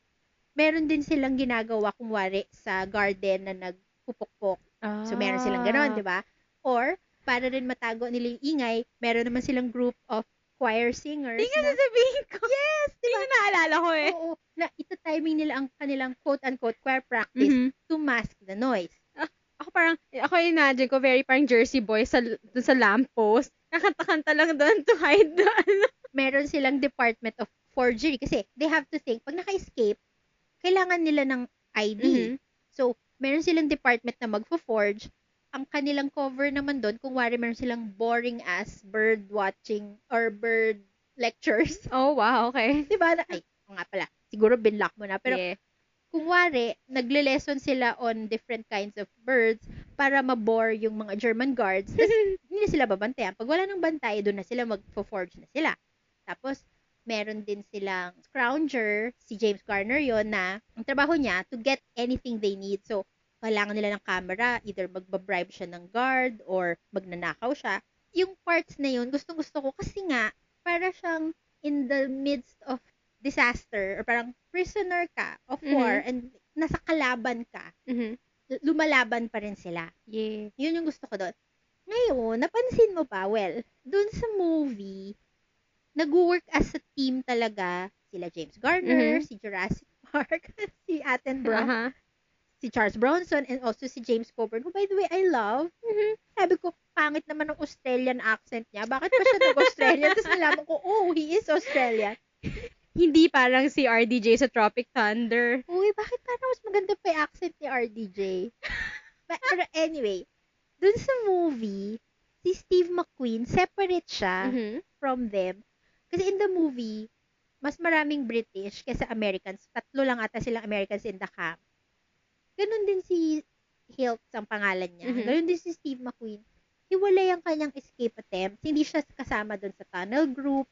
[SPEAKER 2] Meron din silang ginagawa kumwari sa garden na nagpupukpok. So, meron silang
[SPEAKER 3] Ah.
[SPEAKER 2] ganon, di ba? Or, para rin matago nila yung ingay, meron naman silang group of choir singers
[SPEAKER 3] Hindi nga
[SPEAKER 2] na,
[SPEAKER 3] sasabihin ko. Yes, di ba? naalala ko eh.
[SPEAKER 2] oo, na itatiming nila ang kanilang quote-unquote choir practice
[SPEAKER 3] Mhm.
[SPEAKER 2] to mask the noise.
[SPEAKER 3] Ako parang, ako imagine ko, very parang Jersey boy sa, dun sa lamppost. Kakanta-kanta lang doon to hide the, ano.
[SPEAKER 2] meron silang department of forgery kasi they have to think pag naka-escape kailangan nila ng ID
[SPEAKER 3] Mm-hmm.
[SPEAKER 2] so meron silang department na magfo-forge ang kanilang cover naman doon kung wari meron silang boring ass bird watching or bird lectures
[SPEAKER 3] Oh, wow, okay.
[SPEAKER 2] 'di ba Na- ay oo nga pala siguro binlock mo na pero
[SPEAKER 3] yeah.
[SPEAKER 2] kung wari nagle-lesson sila on different kinds of birds para mabore yung mga German guards Tas hindi na sila babantayan. Pag wala ng bantay, doon na sila magpo-forge na sila. Tapos, meron din silang scrounger, si James Garner yon na ang trabaho niya to get anything they need. So, kailangan nila ng camera, either magbabribe siya ng guard or magnanakaw siya. Yung parts na yun, gustong gusto ko kasi nga, para siyang in the midst of disaster or parang prisoner ka of war and nasa kalaban ka,
[SPEAKER 3] Mhm.
[SPEAKER 2] lumalaban pa rin sila.
[SPEAKER 3] Yeah.
[SPEAKER 2] Yun yung gusto ko doon. Ngayon, napansin mo ba? Well, doon sa movie, nag-work as a team talaga sila James Garner,
[SPEAKER 3] Mhm.
[SPEAKER 2] si Jurassic Park, si Attenborough,
[SPEAKER 3] Uh-huh.
[SPEAKER 2] si Charles Bronson, and also si James Coburn, who by the way, I love. Sabi ko, pangit naman ang Australian accent niya. Bakit pa siya nag-Australian? Tapos nalaman ko, oh, he is Australian.
[SPEAKER 3] Hindi parang si RDJ sa Tropic Thunder.
[SPEAKER 2] Uy, bakit parang mas maganda pa yung accent ni RDJ? But, pero anyway, dun sa movie, si Steve McQueen, separate siya
[SPEAKER 3] Mhm.
[SPEAKER 2] from them. Kasi in the movie, mas maraming British kaysa Americans. Tatlo lang ata silang Americans in the camp. Ganun din si Hilt ang pangalan niya.
[SPEAKER 3] Mhm.
[SPEAKER 2] Ganun din si Steve McQueen. Hiwalay ang kanyang escape attempt. Hindi siya kasama doon sa tunnel group.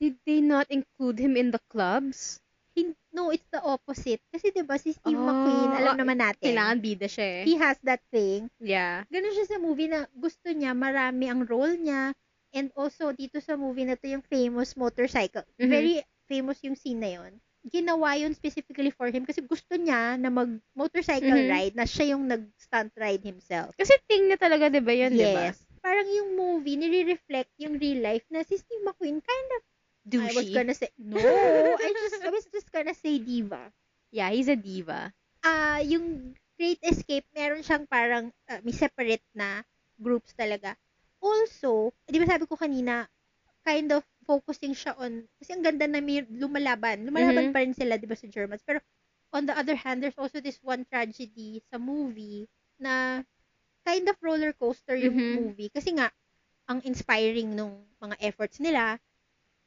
[SPEAKER 3] Did they not include him in the clubs?
[SPEAKER 2] Hin- no, it's the opposite. Kasi 'di ba si Steve
[SPEAKER 3] Oh,
[SPEAKER 2] McQueen, alam
[SPEAKER 3] oh,
[SPEAKER 2] naman natin,
[SPEAKER 3] Kailangan bida siya eh.
[SPEAKER 2] he has that thing
[SPEAKER 3] Yeah.
[SPEAKER 2] ganun siya sa movie na gusto niya, marami ang role niya. And also, dito sa movie na to yung famous motorcycle.
[SPEAKER 3] Mhm.
[SPEAKER 2] Very famous yung scene na yun. Ginawa yun specifically for him kasi gusto niya na mag-motorcycle
[SPEAKER 3] Mhm.
[SPEAKER 2] ride na siya yung nag-stunt ride himself.
[SPEAKER 3] Kasi thing niya talaga, di ba yun, di ba?
[SPEAKER 2] yes. Parang yung movie, nire-reflect yung real life na si Steve McQueen kind of I was
[SPEAKER 3] Douchey.
[SPEAKER 2] gonna say, no, I, just, I was just gonna say diva.
[SPEAKER 3] Yeah, he's a diva.
[SPEAKER 2] ah yung Great Escape, meron siyang parang ah, may separate na groups talaga. Also, di ba sabi ko kanina, kind of focusing siya on, kasi ang ganda na may lumalaban. Lumalaban
[SPEAKER 3] Mhm.
[SPEAKER 2] pa rin sila, di ba, sa Germans. Pero, on the other hand, there's also this one tragedy sa movie na kind of roller coaster yung
[SPEAKER 3] Mhm.
[SPEAKER 2] movie. Kasi nga, ang inspiring nung mga efforts nila.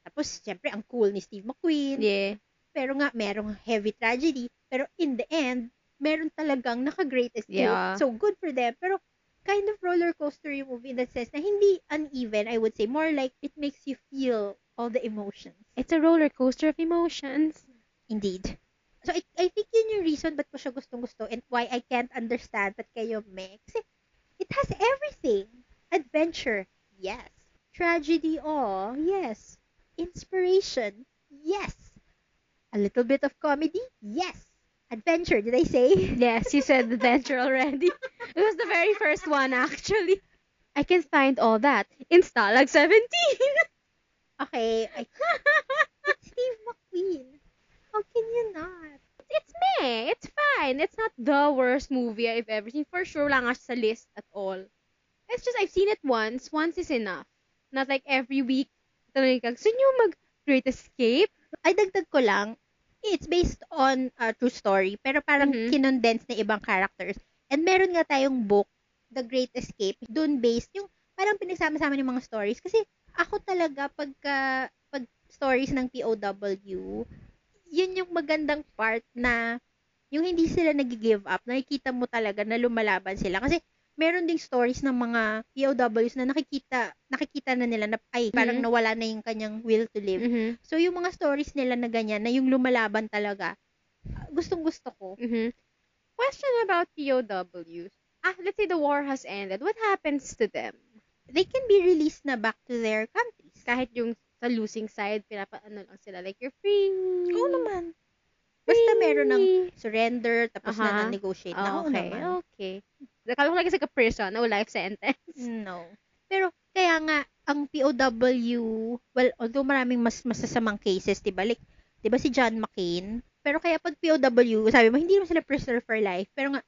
[SPEAKER 2] Tapos, syempre, ang cool ni Steve McQueen
[SPEAKER 3] Yeah.
[SPEAKER 2] pero nga merong heavy tragedy pero in the end meron talagang naka-great escape
[SPEAKER 3] Yeah.
[SPEAKER 2] so good for them pero kind of roller coaster yung movie in that sense na hindi uneven I would say more like it makes you feel all the emotions
[SPEAKER 3] It's a roller coaster of emotions.
[SPEAKER 2] indeed so I, I think yun yung reason ba't ko siya gustong gusto and why I can't understand ba't kayo may kasi it has everything adventure yes tragedy oh yes inspiration yes a little bit of comedy yes adventure did I say
[SPEAKER 3] Yes, you said the adventure already. It was the very first one, actually. I can find all that in Stalag 17.
[SPEAKER 2] okay I, Steve McQueen how can you not
[SPEAKER 3] it's me. It's fine. It's not the worst movie I've ever seen. For sure, wala nga siya sa list at all. It's just, I've seen it once. Once is enough. Not like every week. Tanongin ka, gusto niyo mag Great Escape?
[SPEAKER 2] ay dagdag ko lang, it's based on a true story, pero parang
[SPEAKER 3] Mhm.
[SPEAKER 2] kinondense na ibang characters. And meron nga tayong book, The Great Escape, dun based, yung parang pinagsama-sama ng mga stories. Kasi ako talaga, pagka, pag stories ng POW, yun yung magandang part na yung hindi sila nag-give up, nakikita mo talaga na lumalaban sila. Kasi meron ding stories ng mga POWs na nakikita, nakikita na nila na, ay, parang
[SPEAKER 3] Mhm.
[SPEAKER 2] nawala na yung kanyang will to live.
[SPEAKER 3] Mm-hmm.
[SPEAKER 2] So, yung mga stories nila na ganyan, na yung lumalaban talaga, gustong gusto ko.
[SPEAKER 3] Mm-hmm. Question about POWs. Ah, let's say the war has ended. What happens to them?
[SPEAKER 2] They can be released na back to their countries.
[SPEAKER 3] Kahit yung sa losing side, pinapaano lang sila. Like, you're free.
[SPEAKER 2] Oo naman. Oh, Basta meron ng
[SPEAKER 3] Free.
[SPEAKER 2] surrender, tapos na
[SPEAKER 3] Aha.
[SPEAKER 2] negotiate na.
[SPEAKER 3] Ah,
[SPEAKER 2] Oo
[SPEAKER 3] okay,
[SPEAKER 2] naman.
[SPEAKER 3] okay. Nakala ko lang kasi ka prison, no life sentence.
[SPEAKER 2] No. Pero, kaya nga, ang POW, well, although maraming mas masasamang cases, di ba? Like, di ba si John McCain? Pero kaya pag POW, sabi mo, hindi naman sila prisoner for life, pero nga,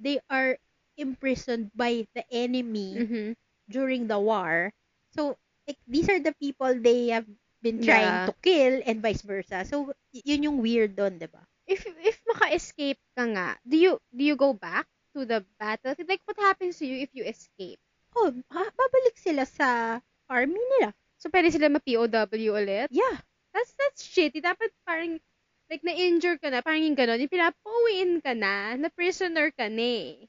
[SPEAKER 2] they are imprisoned by the enemy
[SPEAKER 3] Mm-hmm.
[SPEAKER 2] during the war. So, like, these are the people they have been
[SPEAKER 3] Yeah.
[SPEAKER 2] trying to kill and vice versa. So, y- yun yung weird doon, di ba?
[SPEAKER 3] if if maka-escape ka nga, do you do you go back to the battle? Like what happens to you if you escape?
[SPEAKER 2] Oh, ha, babalik sila sa army nila.
[SPEAKER 3] So pwede sila ma-POW ulit?
[SPEAKER 2] Yeah.
[SPEAKER 3] That's that's shitty. Dapat parang like na-injure ka na, parang yung ganun, yung pinapauwiin ka na, na-prisoner ka na eh.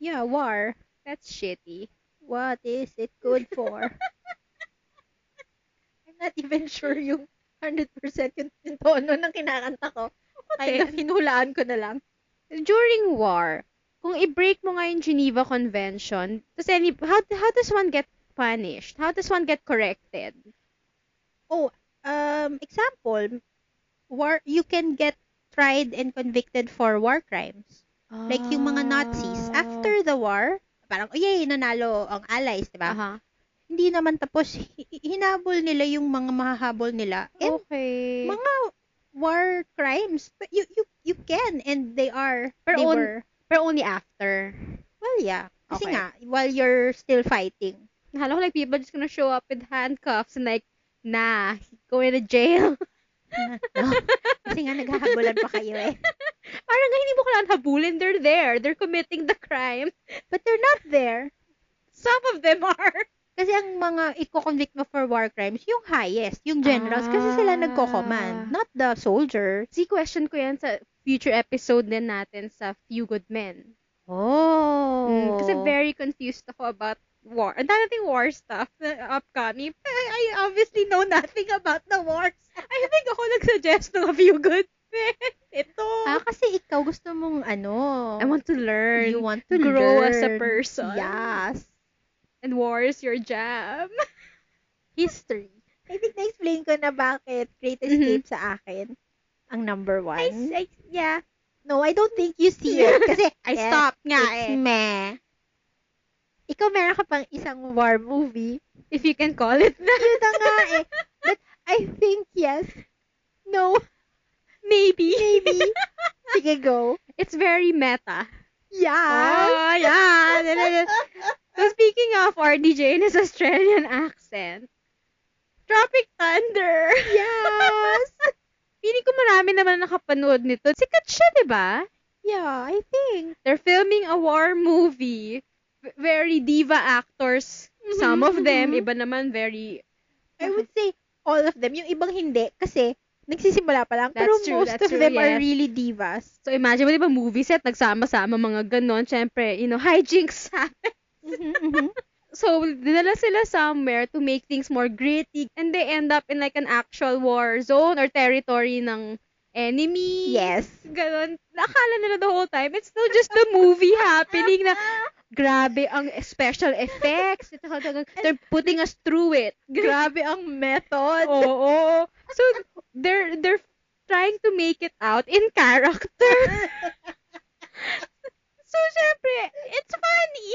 [SPEAKER 2] Yeah, war.
[SPEAKER 3] That's shitty.
[SPEAKER 2] What is it good for? I'm not even sure yung 100% yung, yung tono ng kinakanta ko. Kaya hinulaan ko na lang.
[SPEAKER 3] During war, kung i-break mo nga yung Geneva Convention, does any, how, how does one get punished? How does one get corrected?
[SPEAKER 2] Oh, um, example, war, you can get tried and convicted for war crimes. Like yung mga
[SPEAKER 3] Ah.
[SPEAKER 2] Nazis, after the war, parang, oh yay, nanalo ang allies, di ba?
[SPEAKER 3] Aha.
[SPEAKER 2] Hindi naman tapos, hi- hinabol nila yung mga mahahabol nila. And
[SPEAKER 3] okay.
[SPEAKER 2] mga war crimes, but you, you, you can, and they are,
[SPEAKER 3] Pero
[SPEAKER 2] they
[SPEAKER 3] on-
[SPEAKER 2] were,
[SPEAKER 3] Pero only after.
[SPEAKER 2] well, yeah. Kasi
[SPEAKER 3] Okay.
[SPEAKER 2] nga, while you're still fighting.
[SPEAKER 3] Akala ko like people just gonna show up with handcuffs and like, nah, going to jail.
[SPEAKER 2] No? Kasi nga, naghahabolan pa kayo eh.
[SPEAKER 3] Parang nga hindi mo kailangan habulin. They're there. They're committing the crime.
[SPEAKER 2] But they're not there.
[SPEAKER 3] Some of them are.
[SPEAKER 2] Kasi ang mga i-convict mo for war crimes, yung highest, yung generals, kasi sila
[SPEAKER 3] Ah.
[SPEAKER 2] nagko-command, not the soldier.
[SPEAKER 3] Si question ko yan sa future episode din natin sa Few Good Men.
[SPEAKER 2] Oh.
[SPEAKER 3] Mm, kasi very confused ako about war. Ang dami nating war stuff na upcoming. Pero I, I obviously know nothing about the wars. I think ako nag-suggest ng a few good men. Ito.
[SPEAKER 2] Ah, kasi ikaw gusto mong ano.
[SPEAKER 3] I want to learn.
[SPEAKER 2] you want to
[SPEAKER 3] grow as a
[SPEAKER 2] learn.
[SPEAKER 3] person.
[SPEAKER 2] Yes.
[SPEAKER 3] And war is your jam.
[SPEAKER 2] History. I think na-explain ko na bakit Great Escape sa akin ang number one.
[SPEAKER 3] I, I, yeah.
[SPEAKER 2] no, I don't think you see it. Kasi
[SPEAKER 3] I
[SPEAKER 2] eh,
[SPEAKER 3] stopped nga
[SPEAKER 2] It's
[SPEAKER 3] eh.
[SPEAKER 2] meh. Ikaw meron ka pang isang war movie.
[SPEAKER 3] If you can call it that.
[SPEAKER 2] Yun na nga eh. But I think yes. No.
[SPEAKER 3] Maybe.
[SPEAKER 2] Maybe. Sige, go.
[SPEAKER 3] It's very meta.
[SPEAKER 2] Yeah.
[SPEAKER 3] Oh, yeah. so speaking of RDJ in his Australian accent, Tropic Thunder.
[SPEAKER 2] Yes.
[SPEAKER 3] Feeling ko marami naman nakapanood nito. Sikat siya, di ba?
[SPEAKER 2] yeah, I think.
[SPEAKER 3] They're filming a war movie. V- Very diva actors. Some
[SPEAKER 2] Mhm,
[SPEAKER 3] of them,
[SPEAKER 2] mhm.
[SPEAKER 3] iba naman very...
[SPEAKER 2] I would say all of them. Yung ibang hindi kasi nagsisimula pa lang. pero
[SPEAKER 3] That's true,
[SPEAKER 2] most
[SPEAKER 3] that's
[SPEAKER 2] of
[SPEAKER 3] true,
[SPEAKER 2] them are
[SPEAKER 3] yes.
[SPEAKER 2] really divas.
[SPEAKER 3] So imagine mo, di ba, movie set, nagsama-sama mga ganon. Siyempre, you know, hijinks happen. So, dinala sila somewhere to make things more gritty. And they end up in like an actual war zone or territory ng enemy.
[SPEAKER 2] yes.
[SPEAKER 3] Ganon. Nakala nila the whole time, it's still just the movie happening na, grabe ang special effects. Ito, talagang, They're putting us through it.
[SPEAKER 2] Grabe ang method.
[SPEAKER 3] Oo. So, they're, they're trying to make it out in character. So, syempre, it's funny.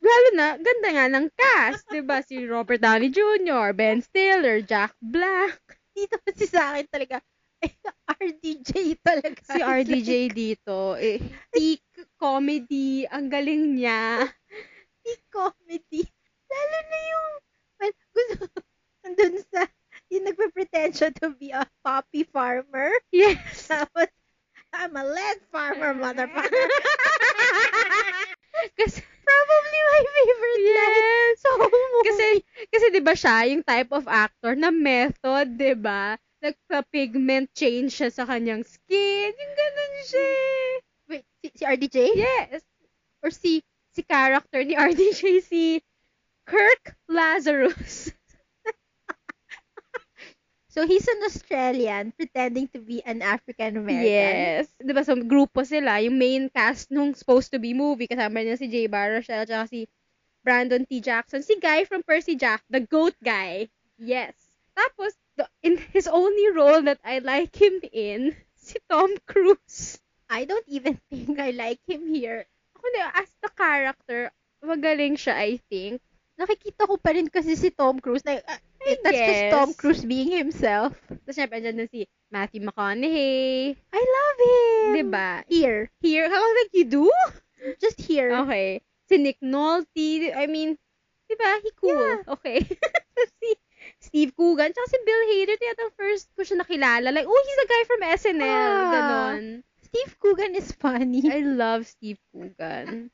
[SPEAKER 3] Lalo na, ganda nga ng cast. 'di ba Si Robert Downey Jr., Ben Stiller, Jack Black,
[SPEAKER 2] Dito kasi sa akin talaga, RDJ talaga. It's
[SPEAKER 3] si
[SPEAKER 2] like,
[SPEAKER 3] RDJ dito. Eh, peak comedy. Ang galing niya.
[SPEAKER 2] hindi comedy. Lalo na yung, well, gusto, nandun sa, yung nagpe-pretend siya to be a poppy farmer.
[SPEAKER 3] Yes.
[SPEAKER 2] Tapos, I'm a lead farmer, motherfucker.
[SPEAKER 3] Kasi, probably my favorite yes.
[SPEAKER 2] so,
[SPEAKER 3] Kasi, kasi 'di ba siya yung type of actor na method, 'di ba? Nagpa-pigment change siya sa kanyang skin. Yung ganun siya. eh.
[SPEAKER 2] wait, si, si RDJ?
[SPEAKER 3] Yes. Or si si character ni RDJ si Kirk Lazarus.
[SPEAKER 2] So, he's an Australian pretending to be an African-American.
[SPEAKER 3] Yes. 'Di ba so grupo sila, yung main cast nung supposed to be movie kasama niya si Jay Baruchel at si Brandon T. Jackson, si guy from Percy Jack, the goat guy. Yes. Tapos the, in his only role that I like him in, si Tom Cruise.
[SPEAKER 2] I don't even think I like him here.
[SPEAKER 3] Ako na, as the character, magaling siya, I think.
[SPEAKER 2] Nakikita ko pa rin kasi si Tom Cruise na, ah,
[SPEAKER 3] I
[SPEAKER 2] that's just
[SPEAKER 3] guess.
[SPEAKER 2] Tom Cruise being himself.
[SPEAKER 3] Tapos syempre, andyan din si Matthew McConaughey.
[SPEAKER 2] I love him.
[SPEAKER 3] Diba?
[SPEAKER 2] Here.
[SPEAKER 3] Here, I was like, you do?
[SPEAKER 2] Just here.
[SPEAKER 3] Okay. Si Nick Nolte. I mean, diba? He cool. Okay. Tapos si Steve Coogan. Tsaka si Bill Hader. Tiyatang first ko siya nakilala. Like, oh, he's a guy from SNL.
[SPEAKER 2] Ah.
[SPEAKER 3] Ganon.
[SPEAKER 2] Steve Coogan is funny.
[SPEAKER 3] I love Steve Coogan.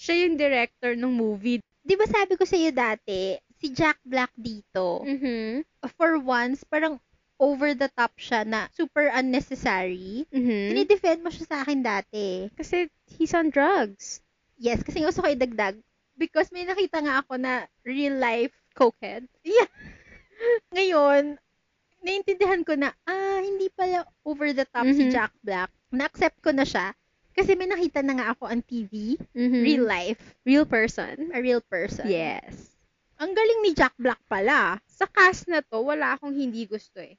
[SPEAKER 3] Siya yung director ng movie.
[SPEAKER 2] Di ba sabi ko sa'yo dati, si Jack Black dito,
[SPEAKER 3] Mm-hmm.
[SPEAKER 2] for once, parang over the top siya na super unnecessary.
[SPEAKER 3] Mm-hmm.
[SPEAKER 2] Dinidefend mo siya sa akin dati.
[SPEAKER 3] Kasi he's on drugs.
[SPEAKER 2] Yes, kasi gusto ko idagdag. Because may nakita nga ako na real life.
[SPEAKER 3] Cokehead.
[SPEAKER 2] Ngayon, naiintindihan ko na, ah, hindi pala over the top si
[SPEAKER 3] Mhm.
[SPEAKER 2] Jack Black. Na-accept ko na siya. Kasi may nakita na nga ako on TV, real
[SPEAKER 3] Real,
[SPEAKER 2] life,
[SPEAKER 3] real person.
[SPEAKER 2] a real person.
[SPEAKER 3] Yes.
[SPEAKER 2] Ang galing ni Jack Black pala.
[SPEAKER 3] Sa cast na to, wala akong hindi gusto eh.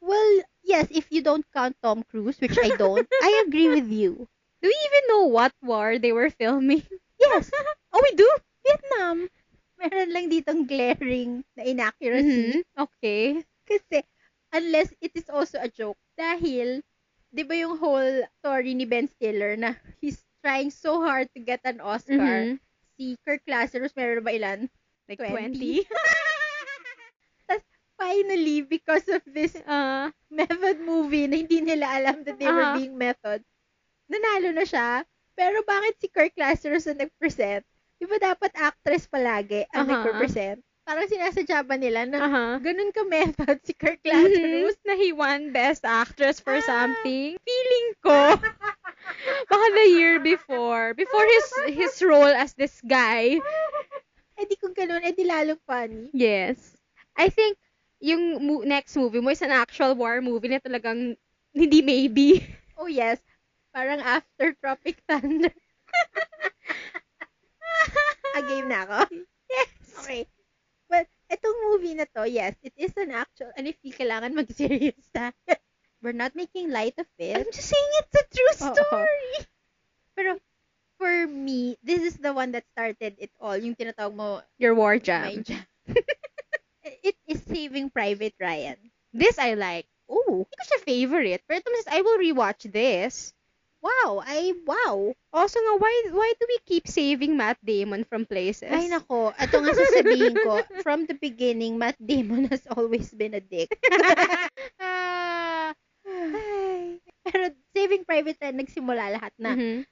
[SPEAKER 2] Well, yes, if you don't count Tom Cruise, which I don't, I agree with you.
[SPEAKER 3] Do we even know what war they were filming?
[SPEAKER 2] Yes,
[SPEAKER 3] Oh, we do?
[SPEAKER 2] Vietnam. Meron lang ditong glaring na inaccuracy.
[SPEAKER 3] Mhm. Okay.
[SPEAKER 2] Kasi, unless it is also a joke. Dahil, di ba yung whole story ni Ben Stiller na he's trying so hard to get an Oscar.
[SPEAKER 3] Mhm.
[SPEAKER 2] Si Kirk Lazarus, meron ba ilan? 20?
[SPEAKER 3] Like
[SPEAKER 2] Tapos, finally, because of this
[SPEAKER 3] Ah,
[SPEAKER 2] method movie na hindi nila alam that they were
[SPEAKER 3] Aha.
[SPEAKER 2] being method. Nanalo na siya. Pero bakit si Kirk Lazarus ang nag-present? Di ba dapat actress palagi ang
[SPEAKER 3] Aha.
[SPEAKER 2] nagrepresent? Parang sinasadya ba nila na
[SPEAKER 3] Aha.
[SPEAKER 2] Ah, ganun ka method si Kirk
[SPEAKER 3] Mm-hmm.
[SPEAKER 2] Lazarus?
[SPEAKER 3] Lazarus na he won Best Actress for something. Feeling ko, baka the year before, before his his role as this guy.
[SPEAKER 2] Eh di kung ganun, eh di lalong funny.
[SPEAKER 3] Yes. I think yung mo- next movie mo is an actual war movie na talagang hindi maybe.
[SPEAKER 2] Oh yes, parang after Tropic Thunder.
[SPEAKER 3] Ah,
[SPEAKER 2] A game na ako? Yes! Okay. Well, itong movie na to, yes, it is an actual, and if you kailangan mag-serious na, we're not making light of it.
[SPEAKER 3] just saying it's a true
[SPEAKER 2] Oo. Pero, for me, this is the one that started it all. Yung tinatawag mo,
[SPEAKER 3] Your war
[SPEAKER 2] my
[SPEAKER 3] jam.
[SPEAKER 2] jam. it is Saving Private Ryan.
[SPEAKER 3] This I like.
[SPEAKER 2] Oh,
[SPEAKER 3] Hindi ko siya favorite, pero ito mas I will rewatch this.
[SPEAKER 2] wow. Ay, wow.
[SPEAKER 3] Also nga, why, why do we keep saving Matt Damon from places?
[SPEAKER 2] Ay, nako. Ito nga sasabihin ko, from the beginning, Matt Damon has always been a dick.
[SPEAKER 3] Ah,
[SPEAKER 2] Ay. Pero Saving Private Ryan, nagsimula lahat na.
[SPEAKER 3] mhm.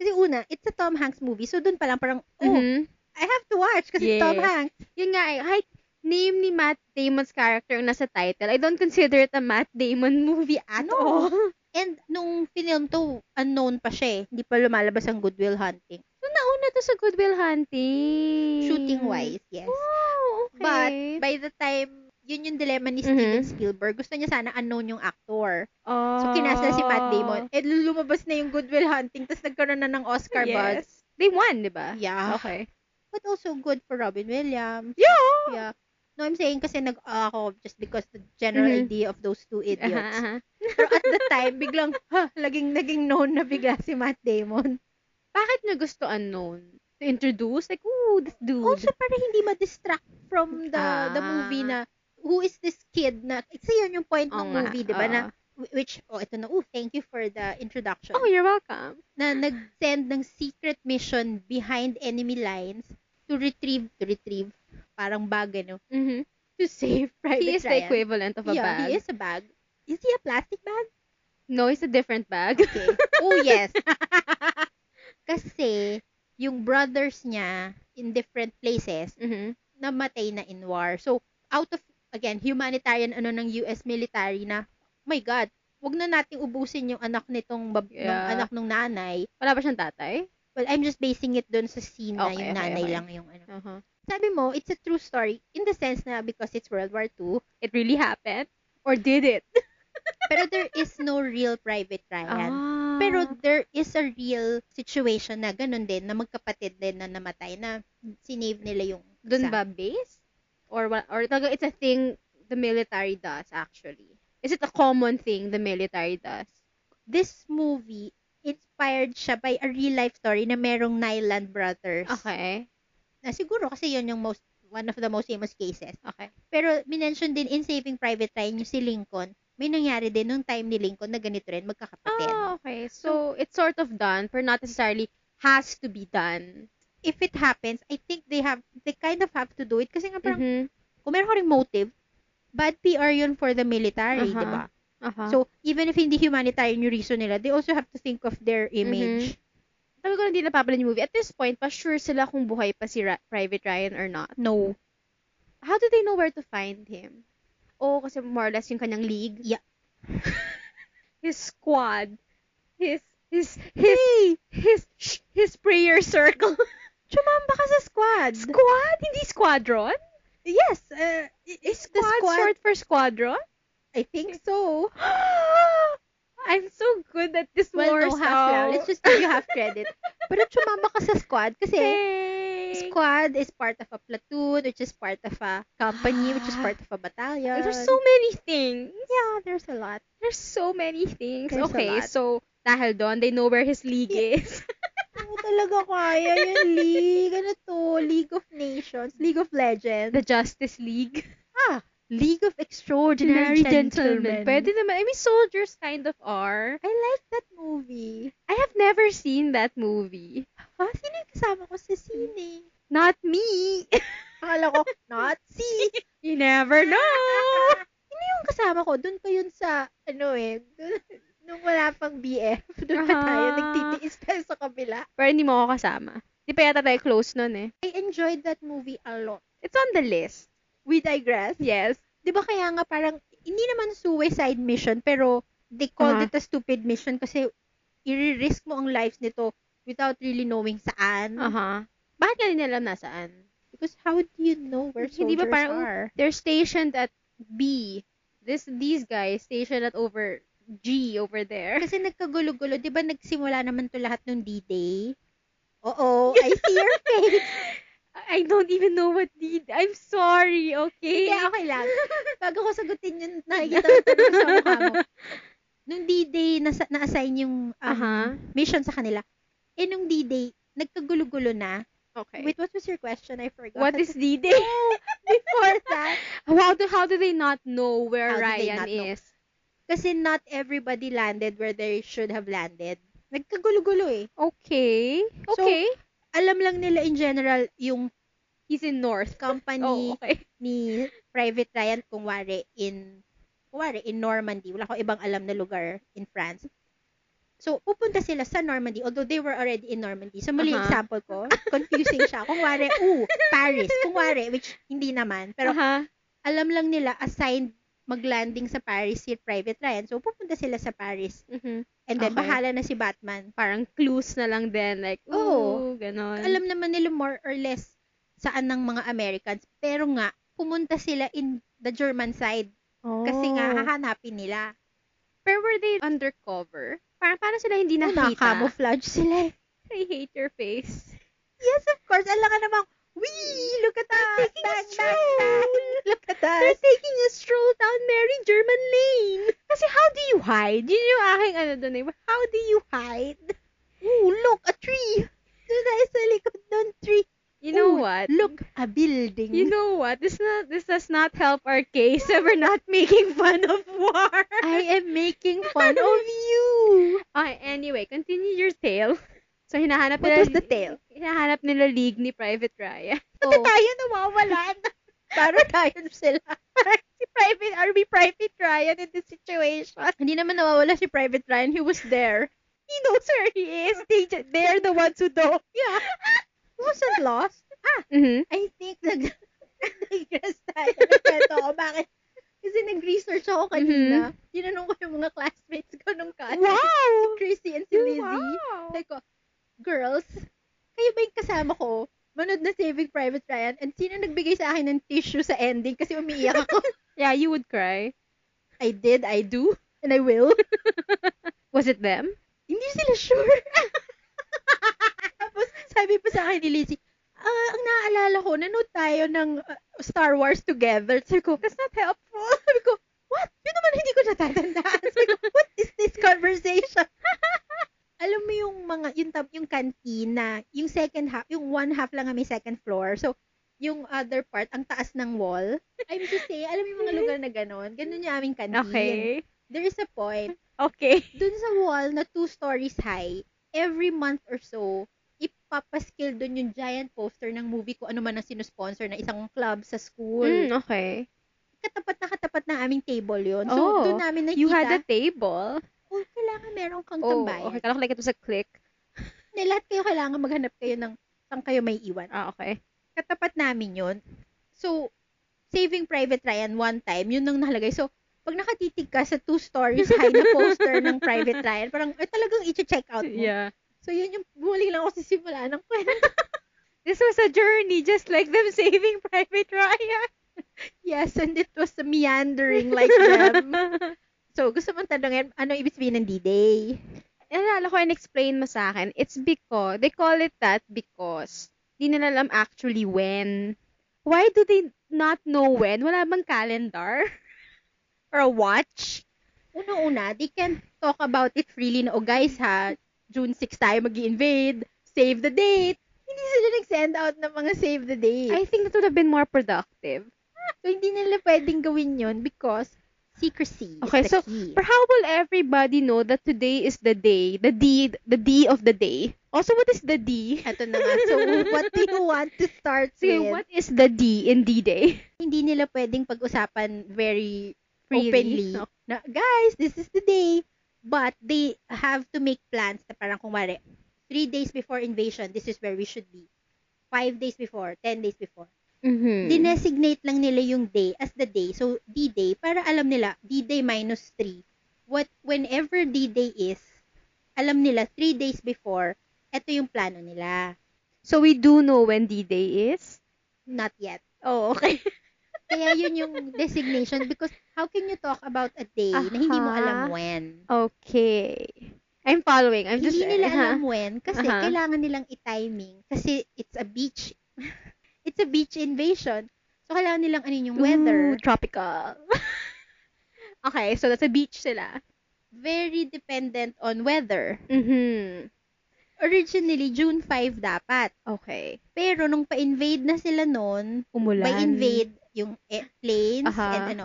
[SPEAKER 2] Kasi una, it's a Tom Hanks movie. So, dun pa lang parang, oh,
[SPEAKER 3] Mhm.
[SPEAKER 2] I have to watch kasi
[SPEAKER 3] Yes.
[SPEAKER 2] Tom Hanks.
[SPEAKER 3] Yun nga, eh, kahit name ni Matt Damon's character yung nasa title, I don't consider it a Matt Damon movie at
[SPEAKER 2] No.
[SPEAKER 3] all.
[SPEAKER 2] And nung film to, unknown pa siya eh. Hindi pa lumalabas ang Goodwill Hunting.
[SPEAKER 3] So, nauna to sa Good Will Hunting.
[SPEAKER 2] Shooting-wise, yes.
[SPEAKER 3] Oh,
[SPEAKER 2] But,
[SPEAKER 3] okay.
[SPEAKER 2] by the time, yun yung dilemma ni
[SPEAKER 3] Mhm.
[SPEAKER 2] Steven Spielberg. Gusto niya sana unknown yung actor.
[SPEAKER 3] oh.
[SPEAKER 2] So, kinasal si Matt Damon. Eh, lumabas na yung Goodwill Hunting, tapos nagkaroon na ng Oscar buzz.
[SPEAKER 3] Yes. They won, di ba?
[SPEAKER 2] Yeah.
[SPEAKER 3] Okay.
[SPEAKER 2] But also good for Robin Williams.
[SPEAKER 3] Yeah!
[SPEAKER 2] Yeah. No, I'm saying kasi nag ah, ako just because the general
[SPEAKER 3] Mhm.
[SPEAKER 2] idea of those two idiots.
[SPEAKER 3] Aha, aha.
[SPEAKER 2] Pero at the time, biglang, ha, laging naging known na bigla si Matt Damon.
[SPEAKER 3] Bakit niya gusto unknown? To introduce? Like, ooh, this dude.
[SPEAKER 2] Also, para hindi ma-distract from the the
[SPEAKER 3] Ah.
[SPEAKER 2] movie na, who is this kid na, kasi yun yung point
[SPEAKER 3] Oo
[SPEAKER 2] ng
[SPEAKER 3] nga,
[SPEAKER 2] movie, di ba,
[SPEAKER 3] oo.
[SPEAKER 2] na, wh- which, oh, ito na, oh, thank you for the introduction.
[SPEAKER 3] Oh, you're welcome.
[SPEAKER 2] na nag-send ng secret mission behind enemy lines to retrieve, to retrieve, parang bag, ano,
[SPEAKER 3] Mhm.
[SPEAKER 2] to save Private
[SPEAKER 3] He is the
[SPEAKER 2] Ryan.
[SPEAKER 3] equivalent of a
[SPEAKER 2] yeah,
[SPEAKER 3] bag.
[SPEAKER 2] he is a bag. Is he a plastic bag?
[SPEAKER 3] No, it's a different bag.
[SPEAKER 2] Okay. oh, yes. Kasi, yung brothers niya in different places,
[SPEAKER 3] Mhm.
[SPEAKER 2] namatay na in war. So, out of, again, humanitarian ano ng US military na, oh my God, wag na nating ubusin yung anak nitong bab- nung
[SPEAKER 3] Yeah.
[SPEAKER 2] anak nung nanay.
[SPEAKER 3] Wala ba siyang tatay?
[SPEAKER 2] Well, I'm just basing it doon sa scene na
[SPEAKER 3] Okay,
[SPEAKER 2] yung
[SPEAKER 3] okay,
[SPEAKER 2] nanay
[SPEAKER 3] okay.
[SPEAKER 2] lang yung ano.
[SPEAKER 3] Uh-huh.
[SPEAKER 2] Sabi mo, it's a true story in the sense na because it's World War II,
[SPEAKER 3] It really happened? Or did it?
[SPEAKER 2] pero there is no real private Ryan.
[SPEAKER 3] Ah.
[SPEAKER 2] Pero there is a real situation na ganun din, na magkapatid din na namatay, na sinave nila yung
[SPEAKER 3] Doon
[SPEAKER 2] isa.
[SPEAKER 3] ba base? Or wa- or talaga it's a thing the military does actually. Is it a common thing the military does?
[SPEAKER 2] This movie, inspired siya by a real life story na merong Nyland brothers.
[SPEAKER 3] Okay.
[SPEAKER 2] Na siguro kasi yun yung most, one of the most famous cases.
[SPEAKER 3] Okay.
[SPEAKER 2] Pero minention din in Saving Private Ryan yung si Lincoln, may nangyari din nung time ni Lincoln na ganito rin, magkakapatid.
[SPEAKER 3] Oh, okay. So, it's sort of done, but not necessarily has to be done.
[SPEAKER 2] If it happens, I think they have, they kind of have to do it kasi nga parang,
[SPEAKER 3] Mhm.
[SPEAKER 2] kung meron ka ring motive, bad PR yun for the military,
[SPEAKER 3] Aha.
[SPEAKER 2] di ba?
[SPEAKER 3] Aha. So,
[SPEAKER 2] So, even if hindi humanitarian yung reason nila, they also have to think of their image.
[SPEAKER 3] sabi ko na hindi napapalan yung movie. At this point, pa sure sila kung buhay pa si Ra- Private Ryan or not.
[SPEAKER 2] No.
[SPEAKER 3] How do they know where to find him? Oh, kasi more or less yung kanyang league.
[SPEAKER 2] Yeah.
[SPEAKER 3] his squad. His his his his shh, his prayer circle.
[SPEAKER 2] Chumamba ka sa squad.
[SPEAKER 3] squad? Hindi squadron?
[SPEAKER 2] yes. Uh, is
[SPEAKER 3] The squad short for squadron?
[SPEAKER 2] I think so.
[SPEAKER 3] I'm so good at this
[SPEAKER 2] Well,
[SPEAKER 3] more
[SPEAKER 2] no, half lang. Let's just give you half credit. Pero chumamba ka sa squad kasi
[SPEAKER 3] Squad.
[SPEAKER 2] squad is part of a platoon, which is part of a company, which is part of a battalion.
[SPEAKER 3] There's so many things.
[SPEAKER 2] yeah, there's a lot.
[SPEAKER 3] There's so many things.
[SPEAKER 2] There's a
[SPEAKER 3] okay,
[SPEAKER 2] lot.
[SPEAKER 3] so dahil doon, they know where his league is.
[SPEAKER 2] Ano talaga kaya yung league? Ano to? League of Nations? League of Legends?
[SPEAKER 3] the Justice League.
[SPEAKER 2] Ah, League of Extraordinary Gentlemen.
[SPEAKER 3] Pwede naman. I mean, soldiers kind of are.
[SPEAKER 2] I like that movie.
[SPEAKER 3] I have never seen that movie.
[SPEAKER 2] Ah, sino yung kasama ko sa sine?
[SPEAKER 3] Not me.
[SPEAKER 2] Akala ko, not si.
[SPEAKER 3] you never know.
[SPEAKER 2] Sino yung kasama ko? Doon pa yun sa, ano eh, dun, nung wala pang BF, doon pa tayo,
[SPEAKER 3] Ah.
[SPEAKER 2] nagtitiis tayo sa kabila.
[SPEAKER 3] Pero hindi mo ako kasama. Di pa yata tayo close nun eh.
[SPEAKER 2] I enjoyed that movie a lot.
[SPEAKER 3] It's on the list.
[SPEAKER 2] We digress.
[SPEAKER 3] Yes.
[SPEAKER 2] Di ba kaya nga parang, hindi naman suicide mission, pero they called
[SPEAKER 3] Uh-huh.
[SPEAKER 2] it a stupid mission kasi i-risk mo ang lives nito without really knowing saan.
[SPEAKER 3] Aha. Bakit nga nila alam nasaan?
[SPEAKER 2] Because how do you know where soldiers
[SPEAKER 3] Hindi ba parang,
[SPEAKER 2] are?
[SPEAKER 3] They're stationed at B. This These guys stationed at over G over there.
[SPEAKER 2] Kasi nagkagulo-gulo, di ba nagsimula naman to lahat nung D-Day? Oo, I see your face.
[SPEAKER 3] I don't even know what did. I'm sorry, okay?
[SPEAKER 2] Hindi, okay lang. Bago ko sagutin yun, nakikita ko talaga sa mukha mo. Nung D-Day, nasa, na-assign yung um,
[SPEAKER 3] Aha.
[SPEAKER 2] mission sa kanila. Eh, nung D-Day, nagkagulo-gulo na.
[SPEAKER 3] Okay.
[SPEAKER 2] Wait, what was your question? I forgot.
[SPEAKER 3] What is D-Day?
[SPEAKER 2] before that?
[SPEAKER 3] How do, how do they not know where
[SPEAKER 2] How do they
[SPEAKER 3] Ryan
[SPEAKER 2] not know?
[SPEAKER 3] is?
[SPEAKER 2] Kasi not everybody landed where they should have landed. Nagkagulo-gulo eh.
[SPEAKER 3] Okay.
[SPEAKER 2] So,
[SPEAKER 3] Okay.
[SPEAKER 2] Alam lang nila in general yung
[SPEAKER 3] He's in North.
[SPEAKER 2] company
[SPEAKER 3] Oh, okay.
[SPEAKER 2] ni Private Ryan kung wari in kung wari in Normandy. Wala ko ibang alam na lugar in France. So, pupunta sila sa Normandy, although they were already in Normandy. So, muli
[SPEAKER 3] Aha.
[SPEAKER 2] example ko, confusing siya. Kung wari, ooh, Paris. Kung wari, which hindi naman. Pero,
[SPEAKER 3] Aha.
[SPEAKER 2] alam lang nila, assigned mag-landing sa Paris si Private Ryan. So, pupunta sila sa Paris.
[SPEAKER 3] Mhm.
[SPEAKER 2] And then,
[SPEAKER 3] Okay.
[SPEAKER 2] bahala na si Batman.
[SPEAKER 3] Parang clues na lang din. Like,
[SPEAKER 2] Oo.
[SPEAKER 3] ooh, ganon.
[SPEAKER 2] Alam naman nila more or less saan ng mga Americans. Pero nga, pumunta sila in the German side kasi nga
[SPEAKER 3] Oh.
[SPEAKER 2] hahanapin nila.
[SPEAKER 3] Pero were they undercover? Parang, parang sila hindi
[SPEAKER 2] Ano,
[SPEAKER 3] nakita.
[SPEAKER 2] Nakamouflage sila eh.
[SPEAKER 3] I hate your face.
[SPEAKER 2] Yes, of course. Alam ka namang, wee, look at us.
[SPEAKER 3] taking a
[SPEAKER 2] bang, bang,
[SPEAKER 3] stroll."
[SPEAKER 2] bang. Look at us.
[SPEAKER 3] They're taking a stroll down Mary German Lane. Kasi how do you hide? Yun yung aking ano dun eh. How do you hide?
[SPEAKER 2] Ooh, look, a tree. Doon tayo sa likod ng tree.
[SPEAKER 3] You know
[SPEAKER 2] Ooh,
[SPEAKER 3] what?
[SPEAKER 2] Look, a building.
[SPEAKER 3] You know what? This not this does not help our case that we're not making fun of war.
[SPEAKER 2] I am making fun of you.
[SPEAKER 3] Okay, anyway, continue your tale. So, hinahanap
[SPEAKER 2] What
[SPEAKER 3] nila...
[SPEAKER 2] was the tale?
[SPEAKER 3] Hinahanap nila league ni Private Ryan.
[SPEAKER 2] Pati tayo nawawalan. Para Oh. tayo sila.
[SPEAKER 3] si Private, are we Private Ryan in this situation?
[SPEAKER 2] Hindi naman nawawala si Private Ryan. He was there.
[SPEAKER 3] He knows where he is. They, ju- they're the ones who don't.
[SPEAKER 2] Yeah. He wasn't lost.
[SPEAKER 3] Mm-hmm.
[SPEAKER 2] I think nag digress tayo ng kwento ko. Bakit? Kasi nag-research ako kanina. Tinanong ko yung mga classmates ko nung college.
[SPEAKER 3] Wow!
[SPEAKER 2] Si Chrissy and si Lizzie. Sabi ko, girls, kayo ba yung kasama ko? Manood na Saving Private Ryan. And sino nagbigay sa akin ng tissue sa ending? Kasi umiiyak ako.
[SPEAKER 3] Yeah, you would cry.
[SPEAKER 2] I did, I do, and I will.
[SPEAKER 3] Was it them?
[SPEAKER 2] Hindi sila sure. Tapos, sabi pa sa akin ni Lizzie, ah, ang naaalala ko, nanood tayo ng uh, Star Wars together. Sabi ko, that's not helpful. Sabi ko, what? Yun naman, hindi ko natatandaan. Sabi ko, what is this conversation? Alam mo yung mga, yung, tab, yung cantina, yung second half, yung one half lang kami second floor. So, yung other part, ang taas ng wall. Hmm? I'm just saying, alam mo yung mga lugar na ganon? Ganon yung aming canteen.
[SPEAKER 3] Okay.
[SPEAKER 2] There is a point
[SPEAKER 3] Okay.
[SPEAKER 2] dun sa wall na two stories high, every month or so, ipapaskill dun yung giant poster ng movie ko ano man ang sinusponsor na isang club sa school.
[SPEAKER 3] Mm. okay.
[SPEAKER 2] Katapat na katapat na aming table yun. So,
[SPEAKER 3] Oh,
[SPEAKER 2] dun namin nakita,
[SPEAKER 3] You had a table.
[SPEAKER 2] oh, kailangan meron kang
[SPEAKER 3] Oh,
[SPEAKER 2] tambay.
[SPEAKER 3] okay. Kala ko like it was a click.
[SPEAKER 2] Na lahat kayo kailangan maghanap kayo ng saan kayo may iwan.
[SPEAKER 3] Ah, okay.
[SPEAKER 2] Katapat namin yun. So, Saving Private Ryan one time, yun ang nakalagay. So, pag nakatitig ka sa two stories high na poster ng Private Ryan, parang eh, talagang i-check out mo.
[SPEAKER 3] Yeah.
[SPEAKER 2] So, yun yung bumalik lang ako sa simula ng kwento.
[SPEAKER 3] This was a journey, just like them saving Private Ryan.
[SPEAKER 2] yes, and it was meandering like them.
[SPEAKER 3] Ano,
[SPEAKER 2] so, gusto mong tanongin, ano ibig sabihin ng D-Day?
[SPEAKER 3] Nalala ko, in-explain mo sa akin, it's because, they call it that because di nila alam actually when. Why do they not know when? Wala bang calendar? Or a watch?
[SPEAKER 2] Unang-una, they can talk about it freely na, oh guys ha, June 6 tayo mag invade save the date. Hindi sila nag-send out ng mga save the date.
[SPEAKER 3] I think that would have been more productive.
[SPEAKER 2] so, hindi nila pwedeng gawin yun because secrecy
[SPEAKER 3] Okay,
[SPEAKER 2] is the
[SPEAKER 3] so,
[SPEAKER 2] key.
[SPEAKER 3] But how will everybody know that today is the day, the D, the D of the day? Also, what is the D?
[SPEAKER 2] Eto na nga. So, what do you want to start
[SPEAKER 3] Sige,
[SPEAKER 2] with?
[SPEAKER 3] what is the D in D-Day?
[SPEAKER 2] Hindi nila pwedeng pag-usapan very
[SPEAKER 3] Freely.
[SPEAKER 2] openly.
[SPEAKER 3] No.
[SPEAKER 2] na, guys, this is the day. But they have to make plans na parang kung wari, three days before invasion, this is where we should be. Five days before, ten days before.
[SPEAKER 3] Mm-hmm.
[SPEAKER 2] Dinesignate lang nila yung day as the day. So, D-Day, para alam nila, D-Day minus 3. What, whenever D-Day is, alam nila, three days before, ito yung plano nila.
[SPEAKER 3] so, we do know when D-Day is?
[SPEAKER 2] Not yet.
[SPEAKER 3] Oh, okay.
[SPEAKER 2] Kaya yun yung designation because how can you talk about a day na hindi mo
[SPEAKER 3] Aha.
[SPEAKER 2] alam when?
[SPEAKER 3] Okay. I'm following. I'm just... eh,
[SPEAKER 2] Hindi nila
[SPEAKER 3] ha?
[SPEAKER 2] alam when kasi
[SPEAKER 3] Aha.
[SPEAKER 2] kailangan nilang i-timing kasi it's a beach. it's a beach invasion. So, kailangan nilang ano yung
[SPEAKER 3] Ooh,
[SPEAKER 2] weather.
[SPEAKER 3] tropical. okay, so that's a beach sila.
[SPEAKER 2] Very dependent on weather.
[SPEAKER 3] Mm-hmm.
[SPEAKER 2] Originally, June 5 dapat.
[SPEAKER 3] Okay.
[SPEAKER 2] Pero nung pa-invade na sila noon,
[SPEAKER 3] Umulan.
[SPEAKER 2] by invade, yung eh, planes
[SPEAKER 3] Aha.
[SPEAKER 2] and ano,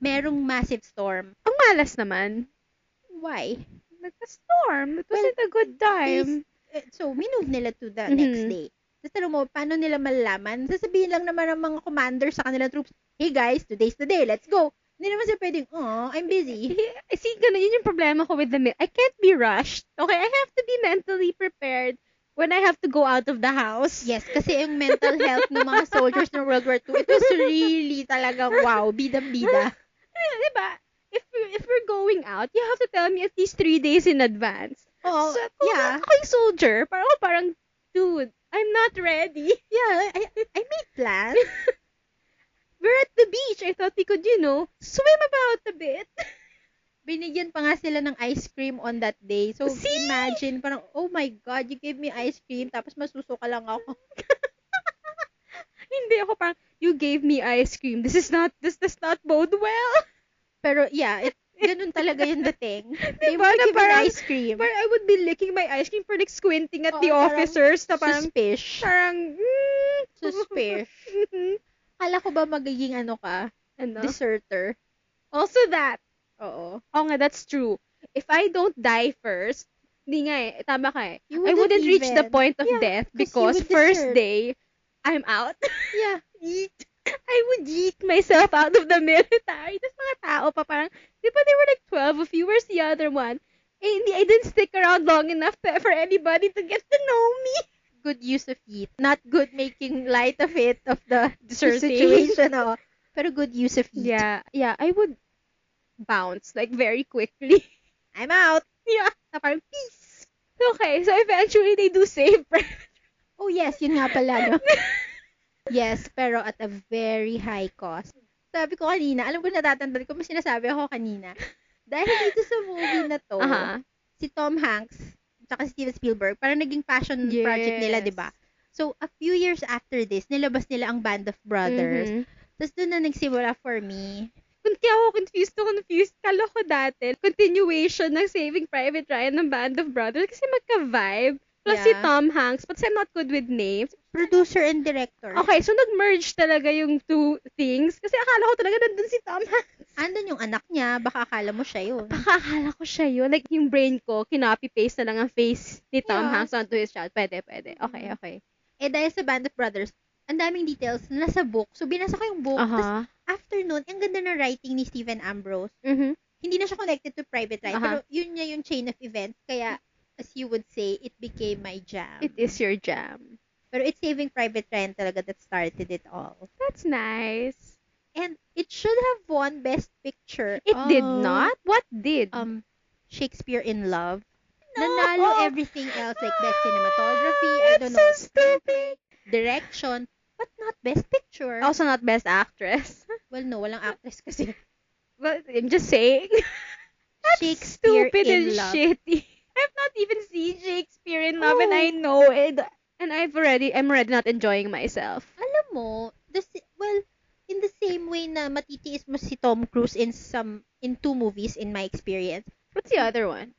[SPEAKER 2] merong massive storm.
[SPEAKER 3] Ang malas naman.
[SPEAKER 2] Why?
[SPEAKER 3] Nagka-storm. It
[SPEAKER 2] Well,
[SPEAKER 3] wasn't a good time.
[SPEAKER 2] Is- eh, so, minove nila to the
[SPEAKER 3] Mhm.
[SPEAKER 2] next day. Tapos tanong mo, paano nila malalaman? Sasabihin lang naman ng mga commander sa kanilang troops, hey guys, today's the day, let's go. Hindi naman sila pwedeng, oh, I'm busy.
[SPEAKER 3] I see, ganun yun yung problema ko with the milk. I can't be rushed. Okay, I have to be mentally prepared when I have to go out of the house.
[SPEAKER 2] Yes, kasi yung mental health ng mga soldiers ng World War II, it was really talagang wow, bidang-bida.
[SPEAKER 3] Eh, Diba? If, we- if we're going out, you have to tell me at least three days in advance.
[SPEAKER 2] Oh,
[SPEAKER 3] so, ako,
[SPEAKER 2] yeah.
[SPEAKER 3] ako yung soldier, parang, ako parang, dude, I'm not ready.
[SPEAKER 2] Yeah, I, I made plans.
[SPEAKER 3] We're at the beach. I thought we could, you know, swim about a bit.
[SPEAKER 2] Binigyan pa nga sila ng ice cream on that day. So,
[SPEAKER 3] See?
[SPEAKER 2] imagine, parang, oh my God, you gave me ice cream, tapos masusuka lang ako.
[SPEAKER 3] Hindi ako parang, you gave me ice cream. This is not, this does not bode well.
[SPEAKER 2] Pero, yeah, it, ganun talaga yung dating. They
[SPEAKER 3] Diba,
[SPEAKER 2] were
[SPEAKER 3] na
[SPEAKER 2] given
[SPEAKER 3] parang-
[SPEAKER 2] ice cream.
[SPEAKER 3] Parang I would be licking my ice cream for like squinting at
[SPEAKER 2] Oo,
[SPEAKER 3] the
[SPEAKER 2] parang
[SPEAKER 3] officers na parang,
[SPEAKER 2] suspish.
[SPEAKER 3] parang, mm,
[SPEAKER 2] Suspish. Kala ko ba magiging ano ka?
[SPEAKER 3] ano?
[SPEAKER 2] Deserter.
[SPEAKER 3] also that.
[SPEAKER 2] Oo.
[SPEAKER 3] Oo nga, that's true. If I don't die first, hindi nga eh, tama ka eh.
[SPEAKER 2] You
[SPEAKER 3] I wouldn't reach the
[SPEAKER 2] even-
[SPEAKER 3] point of
[SPEAKER 2] Yeah,
[SPEAKER 3] death
[SPEAKER 2] because you
[SPEAKER 3] because
[SPEAKER 2] would
[SPEAKER 3] first
[SPEAKER 2] desert.
[SPEAKER 3] day, I'm out.
[SPEAKER 2] Yeah.
[SPEAKER 3] yeet. I would yeet myself out of the military. Tapos mga tao pa parang, di ba there were like 12 of you, where's the other one? Eh, hindi, I didn't stick around long enough to- for anybody to get to know me.
[SPEAKER 2] Good use of heat. Not good making light of it, of the
[SPEAKER 3] Deserting.
[SPEAKER 2] situation. Oo. Pero good use of heat.
[SPEAKER 3] Yeah, yeah, I would bounce like very quickly.
[SPEAKER 2] I'm out.
[SPEAKER 3] yeah, na parang peace. Okay, so eventually they do save Fred.
[SPEAKER 2] Oh yes, yun nga pala, no? yes, pero at a very high cost. Sabi ko kanina, alam ko natatandaan ko, mas sinasabi ako kanina. Dahil dito sa movie na to,
[SPEAKER 3] Aha.
[SPEAKER 2] si Tom Hanks, tsaka si Steven Spielberg, parang naging passion project nila,
[SPEAKER 3] Yes.
[SPEAKER 2] di ba? So, a few years after this, nilabas nila ang Band of Brothers.
[SPEAKER 3] Mhm.
[SPEAKER 2] Tapos doon na nagsimula for me.
[SPEAKER 3] Kun- Kaya ako confused to confused. Kala ko dati, continuation ng Saving Private Ryan ng Band of Brothers kasi magka-vibe. Plus si
[SPEAKER 2] Yeah.
[SPEAKER 3] Tom Hanks, but I'm not good with names.
[SPEAKER 2] Producer and director.
[SPEAKER 3] Okay, so nag-merge talaga yung two things. Kasi akala ko talaga nandun si Tom Hanks.
[SPEAKER 2] Andun yung anak niya, baka akala mo siya yun.
[SPEAKER 3] Baka akala ko siya yun. Like, yung brain ko, kinopy-paste na lang ang face ni Tom
[SPEAKER 2] Yeah.
[SPEAKER 3] Hanks onto his child. Pwede, pwede. Okay, okay.
[SPEAKER 2] Eh dahil sa Band of Brothers, ang daming details na nasa book. So, binasa ko yung book. Tapos
[SPEAKER 3] Aha.
[SPEAKER 2] after nun, ang ganda ng writing ni Stephen Ambrose.
[SPEAKER 3] Mhm.
[SPEAKER 2] Hindi na siya connected to private life,
[SPEAKER 3] Aha.
[SPEAKER 2] pero yun niya yung chain of events. Kaya, as you would say, it became my jam.
[SPEAKER 3] It is your jam.
[SPEAKER 2] pero it's Saving Private Ryan talaga that started it all.
[SPEAKER 3] That's nice.
[SPEAKER 2] And it should have won Best Picture.
[SPEAKER 3] It did
[SPEAKER 2] of,
[SPEAKER 3] not? What did?
[SPEAKER 2] Oh. Um, Shakespeare in Love.
[SPEAKER 3] No! Oh.
[SPEAKER 2] Nanalo everything else like Best Cinematography, I
[SPEAKER 3] That's
[SPEAKER 2] don't
[SPEAKER 3] so
[SPEAKER 2] know,
[SPEAKER 3] stupid.
[SPEAKER 2] Direction, but not Best Picture.
[SPEAKER 3] Also not best actress.
[SPEAKER 2] Well, no, walang actress kasi.
[SPEAKER 3] But I'm just saying.
[SPEAKER 2] Shakespeare
[SPEAKER 3] stupid
[SPEAKER 2] in
[SPEAKER 3] and
[SPEAKER 2] Love.
[SPEAKER 3] shitty. I've not even seen Shakespeare in Love and
[SPEAKER 2] Oh.
[SPEAKER 3] I know it. And I've already, I'm already not enjoying myself.
[SPEAKER 2] alam mo, the, si- well, in the same way na matitiis mo si Tom Cruise in some, in two movies, in my experience,
[SPEAKER 3] What's the other one?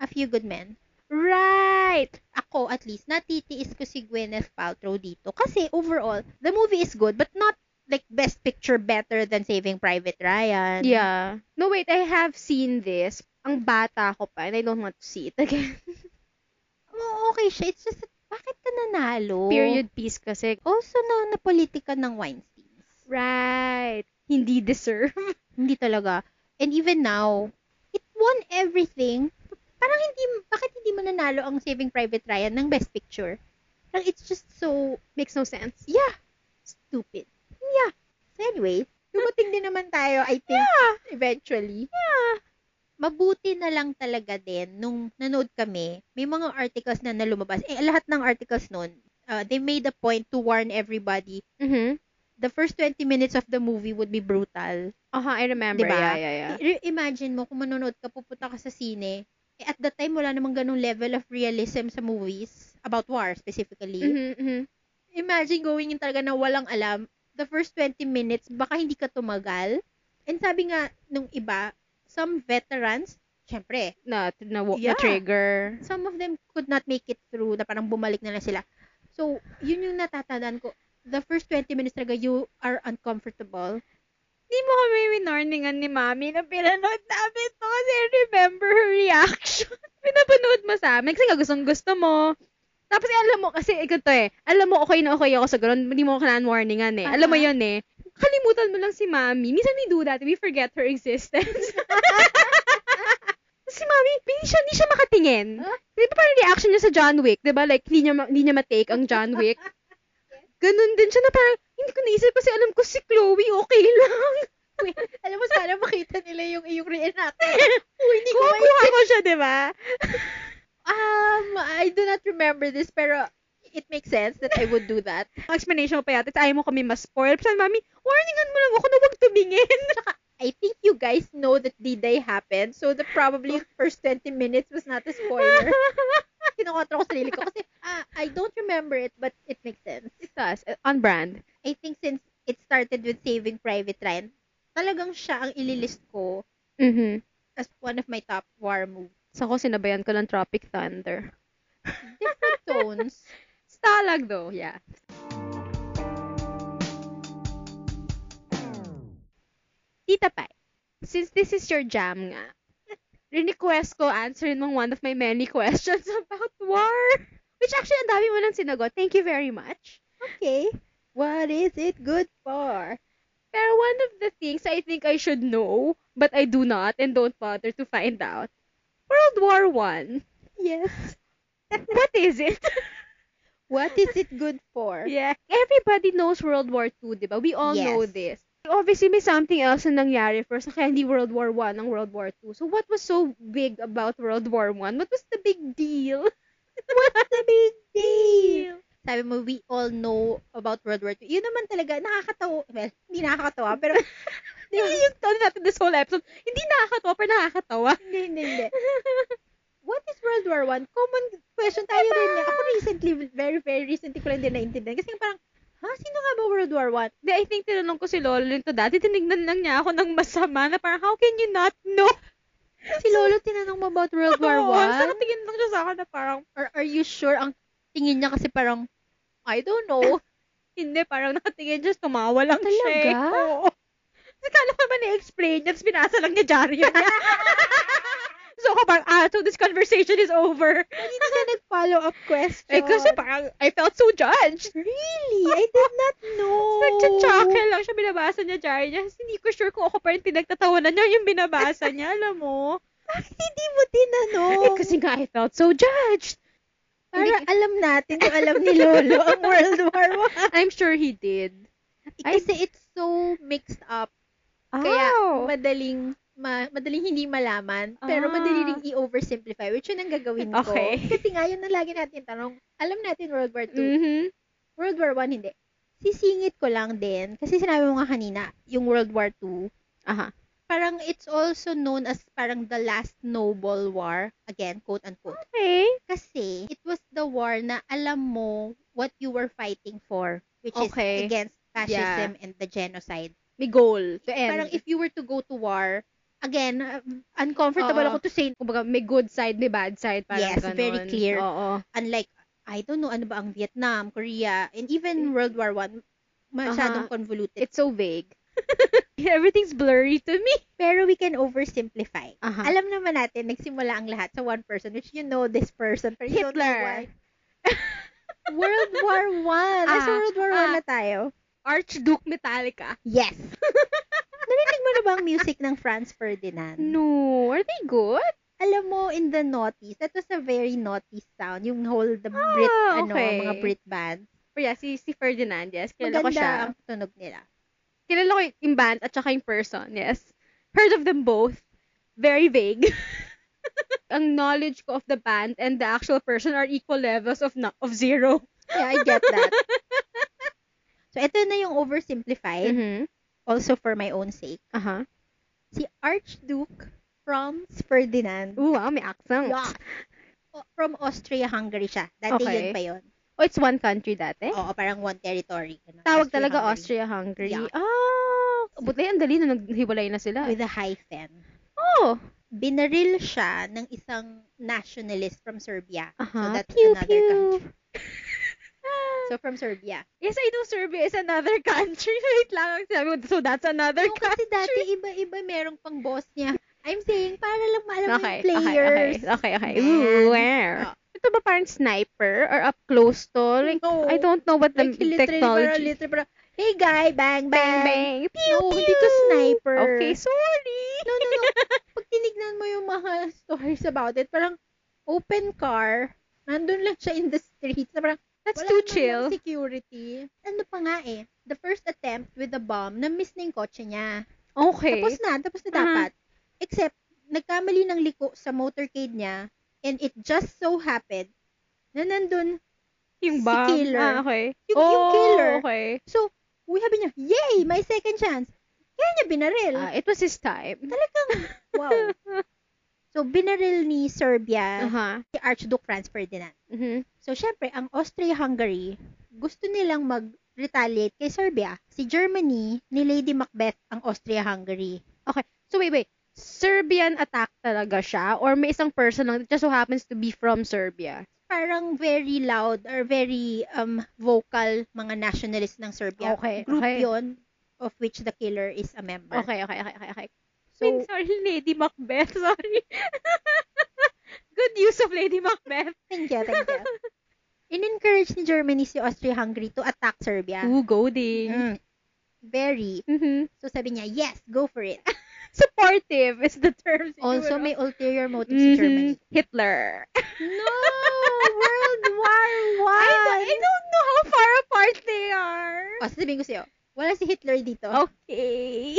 [SPEAKER 2] A Few Good Men,
[SPEAKER 3] Right.
[SPEAKER 2] ako at least, natitiis ko si Gwyneth Paltrow dito. Kasi overall, the movie is good, but not like best picture better than Saving Private Ryan.
[SPEAKER 3] Yeah. No, wait, I have seen this. Ang bata ko pa and I don't want to see it again.
[SPEAKER 2] Oo, okay siya. It's just, that, bakit ka nanalo?
[SPEAKER 3] Period piece kasi.
[SPEAKER 2] Also, na, na politika ng Weinstein.
[SPEAKER 3] Right. Hindi deserve.
[SPEAKER 2] Hindi talaga. And even now, it won everything parang hindi, bakit hindi mananalo ang Saving Private Ryan ng Best Picture? Parang it's just so,
[SPEAKER 3] Makes no sense.
[SPEAKER 2] yeah, stupid. Yeah. So anyway, dumating din naman tayo, I think, eventually.
[SPEAKER 3] Yeah.
[SPEAKER 2] Mabuti na lang talaga din, nung nanood kami, may mga articles na nalumabas. Eh, lahat ng articles nun, uh, they made a point to warn everybody,
[SPEAKER 3] Mm-hmm.
[SPEAKER 2] the first 20 minutes of the movie would be brutal.
[SPEAKER 3] Aha, I remember.
[SPEAKER 2] Diba?
[SPEAKER 3] Yeah, yeah, yeah.
[SPEAKER 2] I- Imagine mo, kung manonood ka, pupunta ka sa sine, eh, at that time, wala namang ganung level of realism sa movies, about war specifically.
[SPEAKER 3] Mhm, mhm.
[SPEAKER 2] Imagine going in talaga na walang alam, the first 20 minutes, baka hindi ka tumagal. And sabi nga nung iba, some veterans, syempre,
[SPEAKER 3] Na, na, na,
[SPEAKER 2] Yeah.
[SPEAKER 3] trigger.
[SPEAKER 2] some of them could not make it through na parang bumalik na lang sila. So, yun yung natatandaan ko. The first 20 minutes talaga, you are uncomfortable.
[SPEAKER 3] Hindi mo kami winarningan ni Mami na pinanood namin to kasi I remember her reaction. Pinapanood mo sa amin kasi nga gustong gusto mo. Tapos eh, alam mo, kasi ganito eh, alam mo okay na okay ako sa ganun, hindi mo ako kailangan warningan eh. Alam mo
[SPEAKER 2] Aha.
[SPEAKER 3] yun eh. Kalimutan mo lang si Mami. Minsan we do that, we forget her existence. si Mami, hindi siya, hindi siya makatingin. Di ba parang reaction niya sa John Wick, di ba? Like, hindi niya, ma- hindi niya matake ang John Wick. Ganun din siya na parang, hindi ko naisip kasi alam ko si Chloe okay lang.
[SPEAKER 2] Alam mo, sana makita nila yung iyong reenactment. hindi ko may-
[SPEAKER 3] Kuha-kuha ko siya, di ba?
[SPEAKER 2] Um, I do not remember this, pero it makes sense that I would do that.
[SPEAKER 3] Ang explanation mo pa yata, is ayaw mo kami ma-spoil. Sabi, mami, warningan mo lang ako na huwag tumingin.
[SPEAKER 2] I think you guys know that D-Day happened, so the probably first 20 minutes was not a spoiler. Kinokontra ko sarili ko kasi ah, I don't remember it, but it makes sense.
[SPEAKER 3] It's us, uh, on brand.
[SPEAKER 2] I think since it started with Saving Private Ryan, talagang siya ang ililist ko
[SPEAKER 3] Mm-hmm.
[SPEAKER 2] as one of my top war movies.
[SPEAKER 3] Sa ko, sinabayan ko ng Tropic Thunder.
[SPEAKER 2] Different tones.
[SPEAKER 3] Stalag though, yeah. Tita Pai, since this is your jam nga, request ko answerin mong one of my many questions about war. Which actually, ang dami mo nang sinagot. Thank you very much.
[SPEAKER 2] Okay. What is it good for?
[SPEAKER 3] Pero one of the things I think I should know, but I do not and don't bother to find out. World War One.
[SPEAKER 2] Yes.
[SPEAKER 3] What is it?
[SPEAKER 2] What is it good for?
[SPEAKER 3] yeah. Everybody knows World War Two, di ba? We all
[SPEAKER 2] Yes.
[SPEAKER 3] know this. Obviously, may something else na nangyari first. Kaya hindi World War One ang World War Two. So, what was so big about World War One? What was the big deal? What's the big deal?
[SPEAKER 2] sabi mo, we all know about World War II. Yun naman talaga, nakakatawa. Well, hindi nakakatawa, pero
[SPEAKER 3] Hindi, yung tone natin this whole episode, hindi nakakatawa, pero nakakatawa.
[SPEAKER 2] hindi, hindi, hindi. What is World War One? Common question tayo rin. eh. Ako recently, very, very recently ko lang din naintindihan. Kasi parang, ha? Sino nga ba World War One?
[SPEAKER 3] Hindi, I think tinanong ko si Lolo nito dati, tinignan lang niya ako ng masama na parang, how can you not know?
[SPEAKER 2] Si Lolo tinanong mo about World War
[SPEAKER 3] Oo,
[SPEAKER 2] One?
[SPEAKER 3] Sarang tingin lang siya sa akin na parang,
[SPEAKER 2] Or are you sure? Ang tingin niya kasi parang, I don't know.
[SPEAKER 3] hindi, parang nakatingin siya, tumawa lang siya. eh.
[SPEAKER 2] Talaga?
[SPEAKER 3] Oo. Kasi kala ko naman i-explain niya, tapos binasa lang niya diaryo niya. so ako parang, ah, so this conversation is over.
[SPEAKER 2] Hindi ka nag-follow-up question.
[SPEAKER 3] Eh, kasi parang, I felt so judged.
[SPEAKER 2] really? I did not know.
[SPEAKER 3] Nagchachakel lang siya, binabasa niya diaryo niya. Kasi hindi ko sure kung ako pa rin pinagtatawanan niya yung binabasa niya, alam mo.
[SPEAKER 2] Bakit hindi mo tinanong?
[SPEAKER 3] Eh, kasi nga, I felt so judged.
[SPEAKER 2] Para alam natin kung alam ni Lolo ang World War One.
[SPEAKER 3] I'm sure he did. Ay.
[SPEAKER 2] Kasi it's so mixed up. Kaya
[SPEAKER 3] Kaya, mad-
[SPEAKER 2] madaling ma- madaling hindi malaman, pero
[SPEAKER 3] Ah.
[SPEAKER 2] madali ring i-oversimplify, which yun ang gagawin ko.
[SPEAKER 3] Okay.
[SPEAKER 2] Kasi nga yun ang lagi natin tanong, alam natin World War II,
[SPEAKER 3] mhm.
[SPEAKER 2] World War I hindi. Sisingit ko lang din, kasi sinabi mo nga kanina, yung World War II,
[SPEAKER 3] Aha.
[SPEAKER 2] parang it's also known as parang the last noble war, again, quote-unquote.
[SPEAKER 3] Okay.
[SPEAKER 2] Kasi, it was the war na alam mo what you were fighting for, which
[SPEAKER 3] Okay.
[SPEAKER 2] is against fascism and the genocide.
[SPEAKER 3] May goal to end.
[SPEAKER 2] Parang if you were to go to war, again, uh, uncomfortable
[SPEAKER 3] Oo.
[SPEAKER 2] ako to say,
[SPEAKER 3] kumbaga, may good side, may bad side. Parang
[SPEAKER 2] Yes,
[SPEAKER 3] ganun.
[SPEAKER 2] very clear.
[SPEAKER 3] Oo.
[SPEAKER 2] unlike, I don't know, ano ba ang Vietnam, Korea, and
[SPEAKER 3] Mm.
[SPEAKER 2] even World War One, masyadong
[SPEAKER 3] Uh-huh.
[SPEAKER 2] convoluted.
[SPEAKER 3] It's so vague. Everything's blurry to me.
[SPEAKER 2] Pero we can oversimplify.
[SPEAKER 3] Aha.
[SPEAKER 2] Alam naman natin, nagsimula ang lahat sa one person, which you know this person, pero you don't know why.
[SPEAKER 3] Hitler.
[SPEAKER 2] World War One. Ah,
[SPEAKER 3] Ah,
[SPEAKER 2] World War One
[SPEAKER 3] ah.
[SPEAKER 2] na tayo.
[SPEAKER 3] Archduke Metallica.
[SPEAKER 2] Yes. Narinig mo na ba ang music ng Franz Ferdinand?
[SPEAKER 3] No. Are they good?
[SPEAKER 2] alam mo, in the noughties, that was a very naughty sound. Yung whole, the
[SPEAKER 3] Ah,
[SPEAKER 2] Brit, ano,
[SPEAKER 3] okay.
[SPEAKER 2] mga Brit band.
[SPEAKER 3] Pero Oh, yeah, si, si Ferdinand, yes. Kilala ko
[SPEAKER 2] Maganda
[SPEAKER 3] siya.
[SPEAKER 2] ang tunog nila.
[SPEAKER 3] Kilala ko yung band at saka yung person, yes. Heard of them both. Very vague. ang knowledge ko of the band and the actual person are equal levels of no- of zero.
[SPEAKER 2] Yeah, I get that. so, ito na yung oversimplified,
[SPEAKER 3] Mm-hmm.
[SPEAKER 2] also for my own sake.
[SPEAKER 3] Uh-huh.
[SPEAKER 2] Si Archduke Franz Ferdinand.
[SPEAKER 3] Ooh, wow, may accent.
[SPEAKER 2] Yeah. O- From Austria-Hungary siya. Dati
[SPEAKER 3] Okay.
[SPEAKER 2] yun pa yun.
[SPEAKER 3] Oh, it's one country dati?
[SPEAKER 2] Oo, parang one territory. Ganun.
[SPEAKER 3] Tawag talaga
[SPEAKER 2] Oh, Austria-Hungary.
[SPEAKER 3] Austria-Hungary.
[SPEAKER 2] Yeah.
[SPEAKER 3] Oh, buti ang dali na naghiwalay na sila.
[SPEAKER 2] With a hyphen.
[SPEAKER 3] Oh,
[SPEAKER 2] Binaril siya ng isang nationalist from Serbia. So,
[SPEAKER 3] Aha.
[SPEAKER 2] that's
[SPEAKER 3] Uh-huh. Pew,
[SPEAKER 2] another
[SPEAKER 3] pew.
[SPEAKER 2] country. So, from Serbia.
[SPEAKER 3] Yes, I know Serbia is another country. Wait lang, ang sabi mo, so that's another
[SPEAKER 2] No, kasi
[SPEAKER 3] country.
[SPEAKER 2] dati iba-iba merong pang boss niya. I'm saying, para lang maalam mo
[SPEAKER 3] okay,
[SPEAKER 2] yung players.
[SPEAKER 3] okay, okay, okay.
[SPEAKER 2] Man.
[SPEAKER 3] Ooh, where?
[SPEAKER 2] Oh.
[SPEAKER 3] Ito ba parang sniper or up close to? Like,
[SPEAKER 2] No.
[SPEAKER 3] I don't know what the
[SPEAKER 2] Like, literally, parang
[SPEAKER 3] technology.
[SPEAKER 2] literally, parang, hey guy, bang, bang.
[SPEAKER 3] Bang, bang. Pew,
[SPEAKER 2] No,
[SPEAKER 3] pew.
[SPEAKER 2] hindi to sniper.
[SPEAKER 3] Okay, sorry.
[SPEAKER 2] No, no, no. Pag tinignan mo yung mga stories about it, parang open car, nandun lang siya in the streets. na Parang,
[SPEAKER 3] That's
[SPEAKER 2] wala
[SPEAKER 3] too
[SPEAKER 2] naman
[SPEAKER 3] chill.
[SPEAKER 2] yung security. Ano pa nga eh, the first attempt with the bomb, na-miss na yung kotse niya.
[SPEAKER 3] Okay.
[SPEAKER 2] Tapos na, tapos na
[SPEAKER 3] Uh-huh.
[SPEAKER 2] dapat. Except, nagkamali ng liko sa motorcade niya, and it just so happened na nandun. si
[SPEAKER 3] yung bomb.
[SPEAKER 2] killer.
[SPEAKER 3] Ah, okay.
[SPEAKER 2] Yung- yung
[SPEAKER 3] Oh,
[SPEAKER 2] killer.
[SPEAKER 3] Okay.
[SPEAKER 2] So, uwi sabi niya, yay, my second chance. Kaya niya binaril.
[SPEAKER 3] Ah, it was his time.
[SPEAKER 2] Talagang, wow. So, binaril ni Serbia
[SPEAKER 3] Aha.
[SPEAKER 2] si Archduke Franz Ferdinand.
[SPEAKER 3] Mhm.
[SPEAKER 2] So, syempre, ang Austria-Hungary, gusto nilang mag-retaliate kay Serbia. Si Germany, ni Lady Macbeth, ang Austria-Hungary.
[SPEAKER 3] So wait, wait. Serbian attack talaga siya or may isang person lang that just so happens to be from Serbia?
[SPEAKER 2] Parang very loud or very um, vocal mga nationalists ng Serbia.
[SPEAKER 3] Okay,
[SPEAKER 2] Group
[SPEAKER 3] okay.
[SPEAKER 2] yon of which the killer is a member.
[SPEAKER 3] Okay, okay, okay, okay, okay.
[SPEAKER 2] So,
[SPEAKER 3] Wait, sorry, Lady Macbeth, sorry. Good use of Lady Macbeth.
[SPEAKER 2] thank you, thank you. In-encourage ni Germany si Austria-Hungary to attack Serbia.
[SPEAKER 3] Ooh, goading.
[SPEAKER 2] Mm. Very.
[SPEAKER 3] Mhm.
[SPEAKER 2] So, sabi niya, yes, go for it.
[SPEAKER 3] Supportive is the term.
[SPEAKER 2] Also, may ulterior motive si
[SPEAKER 3] Mhm.
[SPEAKER 2] Germany.
[SPEAKER 3] Hitler.
[SPEAKER 2] No! World War
[SPEAKER 3] I, don't, I
[SPEAKER 2] One!
[SPEAKER 3] don't know how far apart they are.
[SPEAKER 2] O, sasabihin Oh, ko sa'yo, wala si Hitler dito.
[SPEAKER 3] Oh. Okay.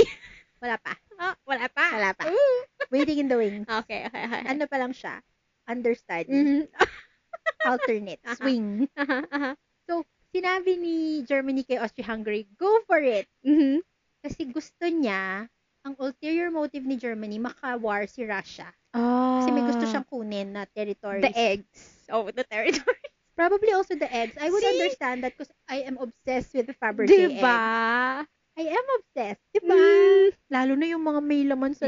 [SPEAKER 2] Wala pa.
[SPEAKER 3] Ah, wala pa.
[SPEAKER 2] Oh, Wala pa.
[SPEAKER 3] Ooh.
[SPEAKER 2] Waiting in the wings.
[SPEAKER 3] Okay, okay, okay.
[SPEAKER 2] Ano pa lang siya? Understudy.
[SPEAKER 3] Mhm.
[SPEAKER 2] Alternate.
[SPEAKER 3] Aha.
[SPEAKER 2] Swing.
[SPEAKER 3] Aha, aha.
[SPEAKER 2] uh-huh. Sinabi ni Germany kay Austria-Hungary, go for it!
[SPEAKER 3] Mhm.
[SPEAKER 2] Kasi gusto niya, ang ulterior motive ni Germany, makawar si Russia.
[SPEAKER 3] Ah.
[SPEAKER 2] Kasi may gusto siyang kunin na territory.
[SPEAKER 3] The eggs. Oh, the territory.
[SPEAKER 2] Probably also the eggs. I would
[SPEAKER 3] See?
[SPEAKER 2] understand that because I am obsessed with the Fabergé egg.
[SPEAKER 3] Diba?
[SPEAKER 2] I am obsessed. eh. Diba?
[SPEAKER 3] Mm.
[SPEAKER 2] Lalo na yung mga may laman sa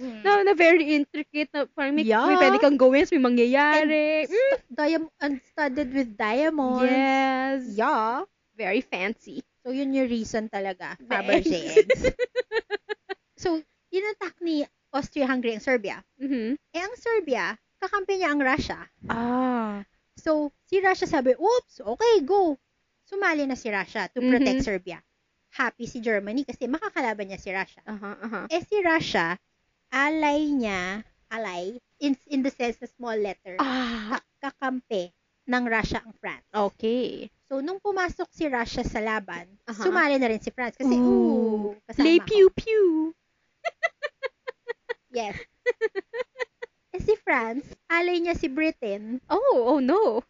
[SPEAKER 2] loob. Mm.
[SPEAKER 3] Na, na very intricate na parang may,
[SPEAKER 2] Yeah.
[SPEAKER 3] may pwede kang gawin, may mangyayari. Mm-hmm. Mm.
[SPEAKER 2] Stu- diam- and studded with diamonds.
[SPEAKER 3] Yes.
[SPEAKER 2] Yeah.
[SPEAKER 3] Very fancy.
[SPEAKER 2] So, yun yung reason talaga.
[SPEAKER 3] The
[SPEAKER 2] Fabergé eggs. so, inattack ni Austria-Hungary ang Serbia.
[SPEAKER 3] Mhm.
[SPEAKER 2] Eh, ang Serbia, kakampi niya ang Russia.
[SPEAKER 3] Ah.
[SPEAKER 2] So, si Russia sabi, oops, okay, go. Sumali na si Russia to protect
[SPEAKER 3] Mhm.
[SPEAKER 2] Serbia. Happy si Germany kasi makakalaban niya si Russia.
[SPEAKER 3] Aha, aha.
[SPEAKER 2] Eh, si Russia, ally niya, ally, in, in the sense na small letter,
[SPEAKER 3] Ah.
[SPEAKER 2] kakampi ng Russia ang France.
[SPEAKER 3] Oh. Okay.
[SPEAKER 2] So, nung pumasok si Russia sa laban,
[SPEAKER 3] Aha.
[SPEAKER 2] sumali na rin si France. Kasi,
[SPEAKER 3] Ooh.
[SPEAKER 2] ooh, kasama
[SPEAKER 3] Play
[SPEAKER 2] ko.
[SPEAKER 3] pew pew.
[SPEAKER 2] Yes. eh, si France, alay niya si Britain.
[SPEAKER 3] Oh, oh no.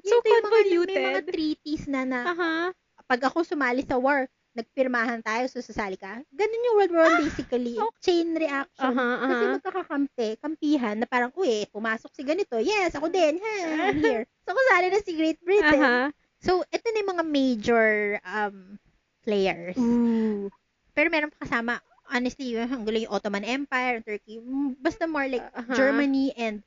[SPEAKER 3] It's so
[SPEAKER 2] Yun to yung Mga, may mga
[SPEAKER 3] convoluted. Ah.
[SPEAKER 2] treaties na na,
[SPEAKER 3] Aha.
[SPEAKER 2] pag ako sumali sa war, nagpirmahan tayo, so sasali ka. Ganun yung World War
[SPEAKER 3] Ah.
[SPEAKER 2] One, basically.
[SPEAKER 3] Oh.
[SPEAKER 2] Chain reaction.
[SPEAKER 3] Aha,
[SPEAKER 2] Kasi
[SPEAKER 3] aha.
[SPEAKER 2] magkakakampi, kampihan, na parang, uy, eh, pumasok si ganito. Yes, ako din. Ha, I'm here. So, kasali na si Great Britain.
[SPEAKER 3] Aha.
[SPEAKER 2] So, ito na yung mga major um,
[SPEAKER 3] Uh-huh.
[SPEAKER 2] players.
[SPEAKER 3] Ooh.
[SPEAKER 2] Pero meron pa kasama, honestly, yung ang gulo yung Ottoman Empire, Turkey, mm, basta more like
[SPEAKER 3] Aha.
[SPEAKER 2] Germany and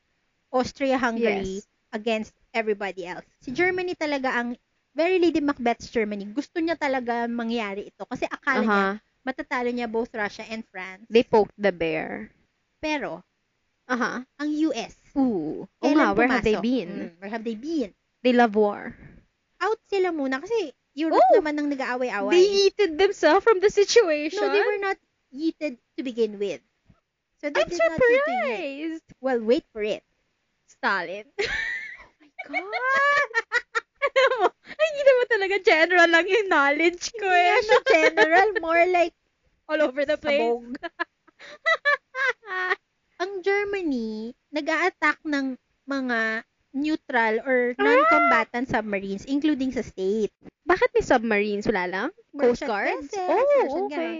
[SPEAKER 2] Austria-Hungary
[SPEAKER 3] Uh-huh. Yes. Mm-hmm.
[SPEAKER 2] against everybody else. Si Germany talaga ang very Lady Macbeth's Germany. Gusto niya talaga mangyari ito kasi akala niya
[SPEAKER 3] Aha.
[SPEAKER 2] matatalo niya both Russia and France.
[SPEAKER 3] Uh-huh. They poked the bear.
[SPEAKER 2] Pero,
[SPEAKER 3] Aha.
[SPEAKER 2] ang US,
[SPEAKER 3] Ooh. Uh-huh. Oh
[SPEAKER 2] kailan
[SPEAKER 3] nga, where have they
[SPEAKER 2] pumasok?
[SPEAKER 3] been?
[SPEAKER 2] Mm, where have they been?
[SPEAKER 3] They love war.
[SPEAKER 2] Out sila muna kasi Europe
[SPEAKER 3] Oh!
[SPEAKER 2] naman ang nag-aaway-aaway.
[SPEAKER 3] They eated themselves from the situation.
[SPEAKER 2] No, they were not yeeted to begin with. So that
[SPEAKER 3] I'm
[SPEAKER 2] did not continue.
[SPEAKER 3] surprised!
[SPEAKER 2] Well, wait for it.
[SPEAKER 3] Stalin. Oh my God! Alam mo, ay, hindi naman talaga general lang yung knowledge ko eh.
[SPEAKER 2] Kaya siya general, more like
[SPEAKER 3] All over the place.
[SPEAKER 2] sabog.
[SPEAKER 3] Ah.
[SPEAKER 2] Ang Germany, nag attack ng mga neutral
[SPEAKER 3] Ah.
[SPEAKER 2] or non-combatant submarines, including sa state.
[SPEAKER 3] Bakit may submarines? Wala lang? Coast
[SPEAKER 2] Merchant
[SPEAKER 3] Guards?
[SPEAKER 2] vessels,
[SPEAKER 3] Oh,
[SPEAKER 2] merchant
[SPEAKER 3] okay.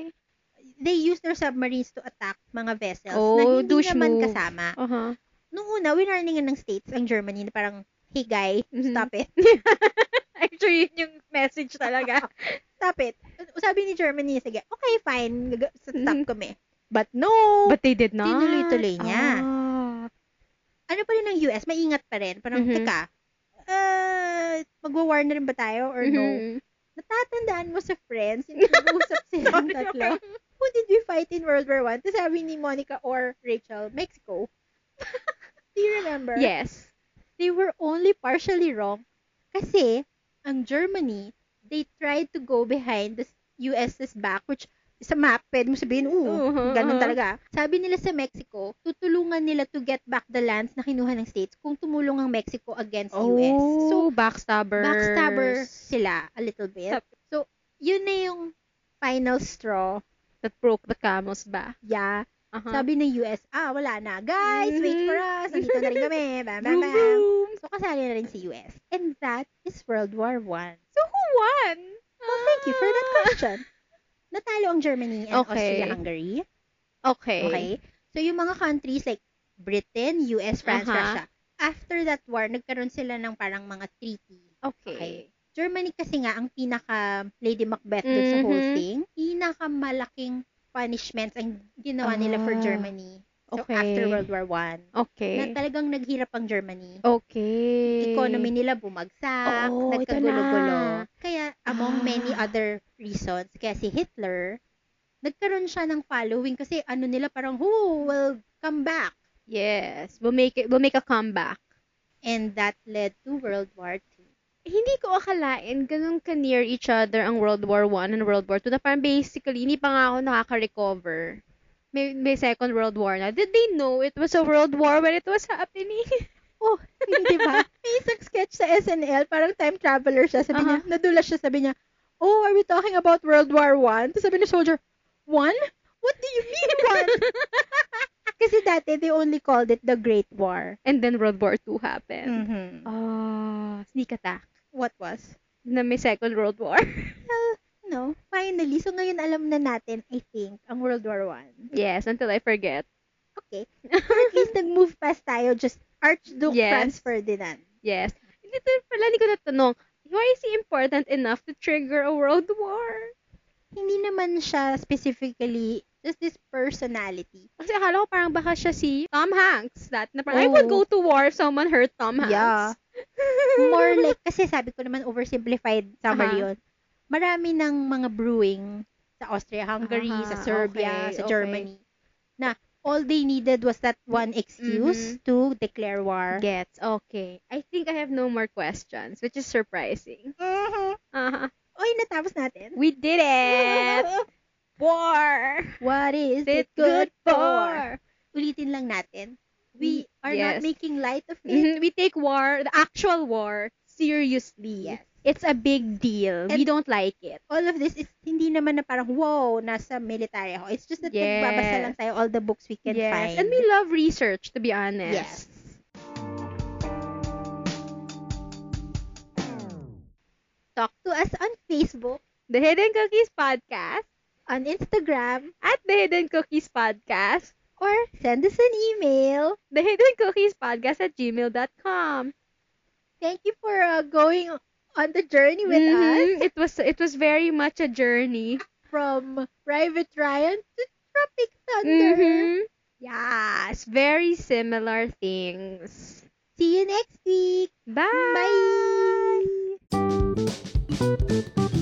[SPEAKER 2] They use their submarines to attack mga vessels na
[SPEAKER 3] Oh,
[SPEAKER 2] hindi
[SPEAKER 3] douche
[SPEAKER 2] naman
[SPEAKER 3] move.
[SPEAKER 2] kasama.
[SPEAKER 3] Uh-huh.
[SPEAKER 2] Nung una, winarningan ng states ang Germany na parang, hey guy,
[SPEAKER 3] Mhm.
[SPEAKER 2] stop it.
[SPEAKER 3] Actually, yun yung message talaga.
[SPEAKER 2] Stop it. Sabi ni Germany, sige, okay, fine, gag- stop
[SPEAKER 3] Mhm.
[SPEAKER 2] kami. But no!
[SPEAKER 3] But they did not.
[SPEAKER 2] Tinuloy-tuloy niya.
[SPEAKER 3] Ah.
[SPEAKER 2] ano pa rin ng US, maingat pa rin. Parang,
[SPEAKER 3] Mhm.
[SPEAKER 2] teka, uh, magwa-war na rin ba tayo or no?
[SPEAKER 3] Mhm.
[SPEAKER 2] Natatandaan mo sa friends, yung nag-uusap silang
[SPEAKER 3] Sorry,
[SPEAKER 2] tatlo. Who did we fight in World War One? Tapos sabi ni Monica or Rachel, Mexico. Do you remember?
[SPEAKER 3] Yes.
[SPEAKER 2] They were only partially wrong kasi ang Germany, they tried to go behind the US's back which sa map, pwede mo sabihin, oo,
[SPEAKER 3] Uh-huh,
[SPEAKER 2] ganun
[SPEAKER 3] uh-huh.
[SPEAKER 2] talaga. Sabi nila sa Mexico, tutulungan nila to get back the lands na kinuha ng states kung tumulong ang Mexico against US. So,
[SPEAKER 3] So, Oh, backstabbers.
[SPEAKER 2] backstabber sila a little bit.
[SPEAKER 3] Tap-
[SPEAKER 2] So, yun na yung final straw.
[SPEAKER 3] That broke the camel's back.
[SPEAKER 2] Yeah.
[SPEAKER 3] Uh-huh.
[SPEAKER 2] Sabi ng US, ah, wala na. Guys, wait for
[SPEAKER 3] Mm-hmm.
[SPEAKER 2] us. Nandito na rin kami. Bam, bam,
[SPEAKER 3] Vroom,
[SPEAKER 2] bam.
[SPEAKER 3] vroom.
[SPEAKER 2] So, kasali na rin si US. And that is World War One.
[SPEAKER 3] So, who won?
[SPEAKER 2] Well, thank you for that question. Natalo ang Germany and
[SPEAKER 3] Ah! Okay.
[SPEAKER 2] Austria-Hungary.
[SPEAKER 3] Okay.
[SPEAKER 2] Okay? So, yung mga countries like Britain, US, France,
[SPEAKER 3] Aha.
[SPEAKER 2] Russia, after that war, nagkaroon sila ng parang mga treaty.
[SPEAKER 3] Okay.
[SPEAKER 2] Germany kasi nga ang pinaka Lady Macbeth dun sa whole
[SPEAKER 3] Mhm.
[SPEAKER 2] thing. Pinakamalaking punishments ang ginawa nila for
[SPEAKER 3] Ah.
[SPEAKER 2] Germany. So,
[SPEAKER 3] Okay.
[SPEAKER 2] after World War One,
[SPEAKER 3] Okay.
[SPEAKER 2] na talagang naghirap ang Germany.
[SPEAKER 3] Okay.
[SPEAKER 2] economy nila bumagsak,
[SPEAKER 3] Oo, ito
[SPEAKER 2] nagkagulo-gulo.
[SPEAKER 3] na.
[SPEAKER 2] Kaya among
[SPEAKER 3] Ah.
[SPEAKER 2] many other reasons, kaya si Hitler, nagkaroon siya ng following kasi ano nila parang, who will come back?
[SPEAKER 3] Yes. We'll make it, we'll make a comeback.
[SPEAKER 2] And that led to World War II.
[SPEAKER 3] Hindi ko akalain ganun ka near each other ang World War 1 and World War 2 na parang basically hindi pa nga ako nakaka-recover. May, may second World War na. Did they know it was a World War when it was happening?
[SPEAKER 2] Oh, hindi ba? May isang sketch sa SNL, parang time traveler siya. Sabi niya, nadulas siya, sabi niya, oh, are we talking about World War One? Tapos sabi ni Soldier, one? What do you mean one? Kasi dati, they only called it the Great War.
[SPEAKER 3] and then World War 2 happened.
[SPEAKER 2] Mhm.
[SPEAKER 3] Ah, sneak attack.
[SPEAKER 2] What was?
[SPEAKER 3] Na may second World War.
[SPEAKER 2] no, finally, so ngayon alam na natin, I think, ang World War One.
[SPEAKER 3] yes, until I forget.
[SPEAKER 2] Okay. Or at least nag-move past tayo, just Archduke Franz
[SPEAKER 3] Yes.
[SPEAKER 2] Ferdinand.
[SPEAKER 3] Yes. Dito pala hindi ko natanong, why is he important enough to trigger a World War?
[SPEAKER 2] Hindi naman siya specifically just this personality.
[SPEAKER 3] Kasi akala ko parang baka siya si Tom Hanks. That, na parang, I would go
[SPEAKER 2] Oo.
[SPEAKER 3] to war if someone hurt Tom Hanks.
[SPEAKER 2] Yeah. More like, kasi sabi ko naman oversimplified summary
[SPEAKER 3] Aha.
[SPEAKER 2] yun. Marami ng mga brewing sa Austria-Hungary,
[SPEAKER 3] Aha,
[SPEAKER 2] sa Serbia,
[SPEAKER 3] Uh-huh. okay,
[SPEAKER 2] sa
[SPEAKER 3] okay.
[SPEAKER 2] Germany. Na all they needed was that one
[SPEAKER 3] Mm-hmm.
[SPEAKER 2] excuse to declare war.
[SPEAKER 3] Gets. Okay. I think I have no more questions, which is surprising.
[SPEAKER 2] Mhm.
[SPEAKER 3] Uh-huh.
[SPEAKER 2] Oy, natapos natin.
[SPEAKER 3] We did it! war!
[SPEAKER 2] What is
[SPEAKER 3] Is it good for? Mm,
[SPEAKER 2] Ulitin lang natin. We are
[SPEAKER 3] Yes.
[SPEAKER 2] not making light of it.
[SPEAKER 3] Mhm, We take war, the actual war, seriously.
[SPEAKER 2] Yes.
[SPEAKER 3] It's a big deal.
[SPEAKER 2] And-
[SPEAKER 3] we don't like it.
[SPEAKER 2] All of this is hindi naman na parang, wow, nasa military ako. It's just that
[SPEAKER 3] Yes.
[SPEAKER 2] nagbabasa lang tayo all the books we can find.
[SPEAKER 3] And we love research, to be honest.
[SPEAKER 2] Yes. Talk to us on Facebook,
[SPEAKER 3] The Hidden Cookies Podcast
[SPEAKER 2] on Instagram,
[SPEAKER 3] at The Hidden Cookies Podcast.
[SPEAKER 2] or send us an email.
[SPEAKER 3] the hidden cookies podcast at gmail.com
[SPEAKER 2] Thank you for uh, going on the journey with
[SPEAKER 3] Mm-hmm.
[SPEAKER 2] us
[SPEAKER 3] it was it was very much a journey
[SPEAKER 2] from Private Ryan to Tropic Thunder.
[SPEAKER 3] Mhm.
[SPEAKER 2] Yeah.
[SPEAKER 3] yes very similar things
[SPEAKER 2] See you next week.
[SPEAKER 3] bye
[SPEAKER 2] Bye.